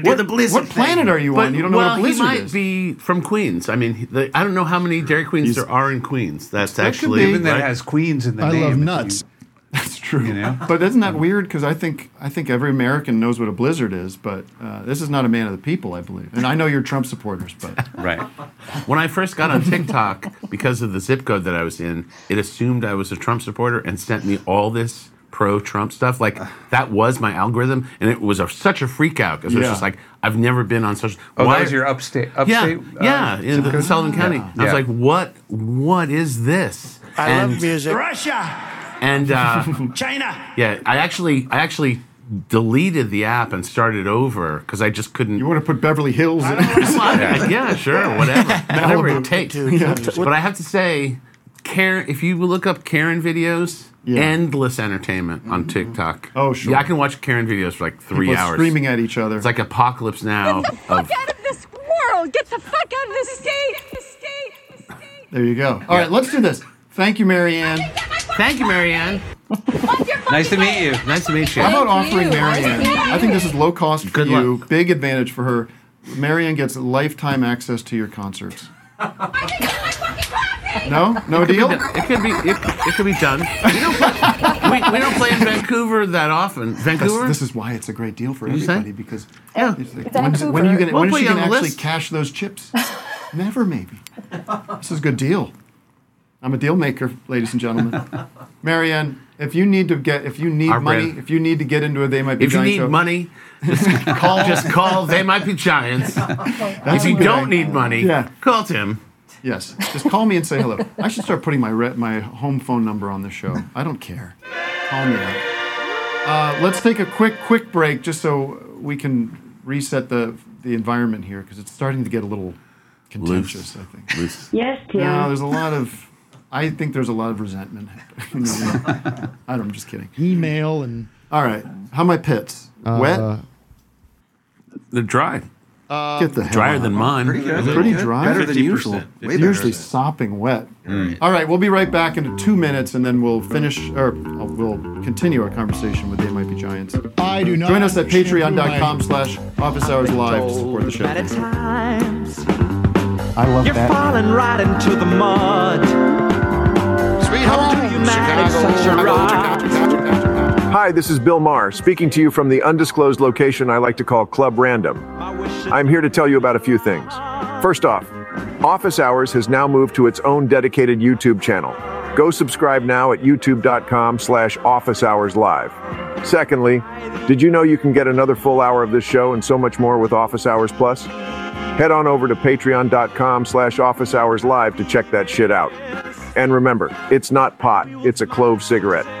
Speaker 4: do What- the blizzard what thing. planet are you on? You don't know what
Speaker 7: well,
Speaker 4: a blizzard
Speaker 7: he might
Speaker 4: is.
Speaker 7: be from Queens. I mean, he- the, I don't know how many Dairy Queens there are in Queens. That's actually
Speaker 5: even that
Speaker 7: right?
Speaker 5: has Queens in the
Speaker 4: I
Speaker 5: name.
Speaker 4: love
Speaker 5: if
Speaker 4: nuts. That's true.
Speaker 5: You know?
Speaker 4: But isn't that weird? Because I think I think every American knows what a blizzard is, but uh, this is not a man of the people, I believe. And I know you're Trump supporters, but
Speaker 7: Right. When I first got on TikTok, because of the zip code that I was in, it assumed I was a Trump supporter and sent me all this pro-Trump stuff. Like that was my algorithm, and it was a, such a freak out because it was
Speaker 5: Yeah.
Speaker 7: just like I've never been on social.
Speaker 5: Oh, that was your upstate, upstate.
Speaker 7: yeah,
Speaker 5: uh,
Speaker 7: yeah, in
Speaker 5: zip
Speaker 7: the,
Speaker 5: code?
Speaker 7: Sullivan County.
Speaker 5: Yeah.
Speaker 7: I was
Speaker 5: Yeah.
Speaker 7: like, what? What is this?
Speaker 11: I
Speaker 7: and,
Speaker 11: love music. Russia,
Speaker 7: And uh,
Speaker 11: China.
Speaker 7: yeah, I actually, I actually deleted the app and started over because I just couldn't. You
Speaker 4: want to put Beverly Hills in
Speaker 7: yeah, yeah, sure, whatever, whatever it takes.
Speaker 4: Yeah.
Speaker 7: But I have to say, Karen, if you look up Karen videos, endless entertainment on TikTok. Oh
Speaker 4: Mm-hmm. sure.
Speaker 7: yeah, I can watch Karen videos for like three
Speaker 4: people are
Speaker 7: hours.
Speaker 4: screaming at each other.
Speaker 7: It's like apocalypse now. of,
Speaker 12: out of this world! Get the fuck out of this state!
Speaker 4: There you go. All right, let's do this. Thank you, Marianne.
Speaker 7: Thank you, Marianne.
Speaker 5: Nice to meet you.
Speaker 7: Nice to meet
Speaker 4: How about offering
Speaker 5: Marianne?
Speaker 4: Marianne? I think this is low cost for you, big advantage for her. Marianne gets lifetime access to your concerts. No, no
Speaker 7: It could be
Speaker 4: deal.
Speaker 7: done. It could be. It, it could be done. We don't, play, we, we don't play in Vancouver that often. Vancouver.
Speaker 4: This, this is why it's a great deal for
Speaker 7: Did you say?
Speaker 4: everybody because
Speaker 7: yeah.
Speaker 4: when's, when are you gonna
Speaker 7: We'll
Speaker 4: when is
Speaker 7: put
Speaker 4: she
Speaker 7: you on
Speaker 4: gonna
Speaker 7: the
Speaker 4: actually
Speaker 7: list.
Speaker 4: cash those chips? Never, maybe. This is a good deal. I'm a deal maker, ladies and gentlemen. Marianne, if you need to get, if you need
Speaker 7: Our
Speaker 4: money,
Speaker 7: brand.
Speaker 4: if you need to get into a they might be
Speaker 7: If you
Speaker 4: Giant
Speaker 7: need
Speaker 4: show-
Speaker 7: money, just call. just call. They might be giants. if you
Speaker 4: a good
Speaker 7: don't
Speaker 4: idea.
Speaker 7: need money,
Speaker 4: Yeah.
Speaker 7: call Tim.
Speaker 4: Yes, just call me and say hello. I should start putting my re- my home phone number on the show. I don't care. Call me up. Uh, let's take a quick quick break just so we can reset the the environment here because it's starting to get a little contentious. I think.
Speaker 23: Yes,
Speaker 4: No, there's a lot of. I think there's a lot of resentment. happening. I don't, I'm just kidding. Email and. All right. How my pits? Wet.
Speaker 24: Uh,
Speaker 7: They're dry.
Speaker 4: Get the hell
Speaker 7: drier
Speaker 4: out.
Speaker 7: than mine.
Speaker 4: Pretty, dry. It's usually sopping wet. All right, we'll be right back into two minutes, and then we'll finish or uh, we'll continue our conversation with They Might Be Giants.
Speaker 24: I do not
Speaker 4: Join us at
Speaker 24: shampoo
Speaker 4: patreon.com slash office hours live to support the show. I love
Speaker 12: You're falling right into the mud. Sweet home, you man, such a rock.
Speaker 1: Hi, this is Bill Maher, speaking to you from the undisclosed location I like to call Club Random. I'm here to tell you about a few things. First off, Office Hours has now moved to its own dedicated YouTube channel. Go subscribe now at youtube.com slash office hours live. Secondly, did you know you can get another full hour of this show and so much more with Office Hours Plus? Head on over to patreon.com slash office hours live to check that shit out. And remember, it's not pot, it's a clove cigarette.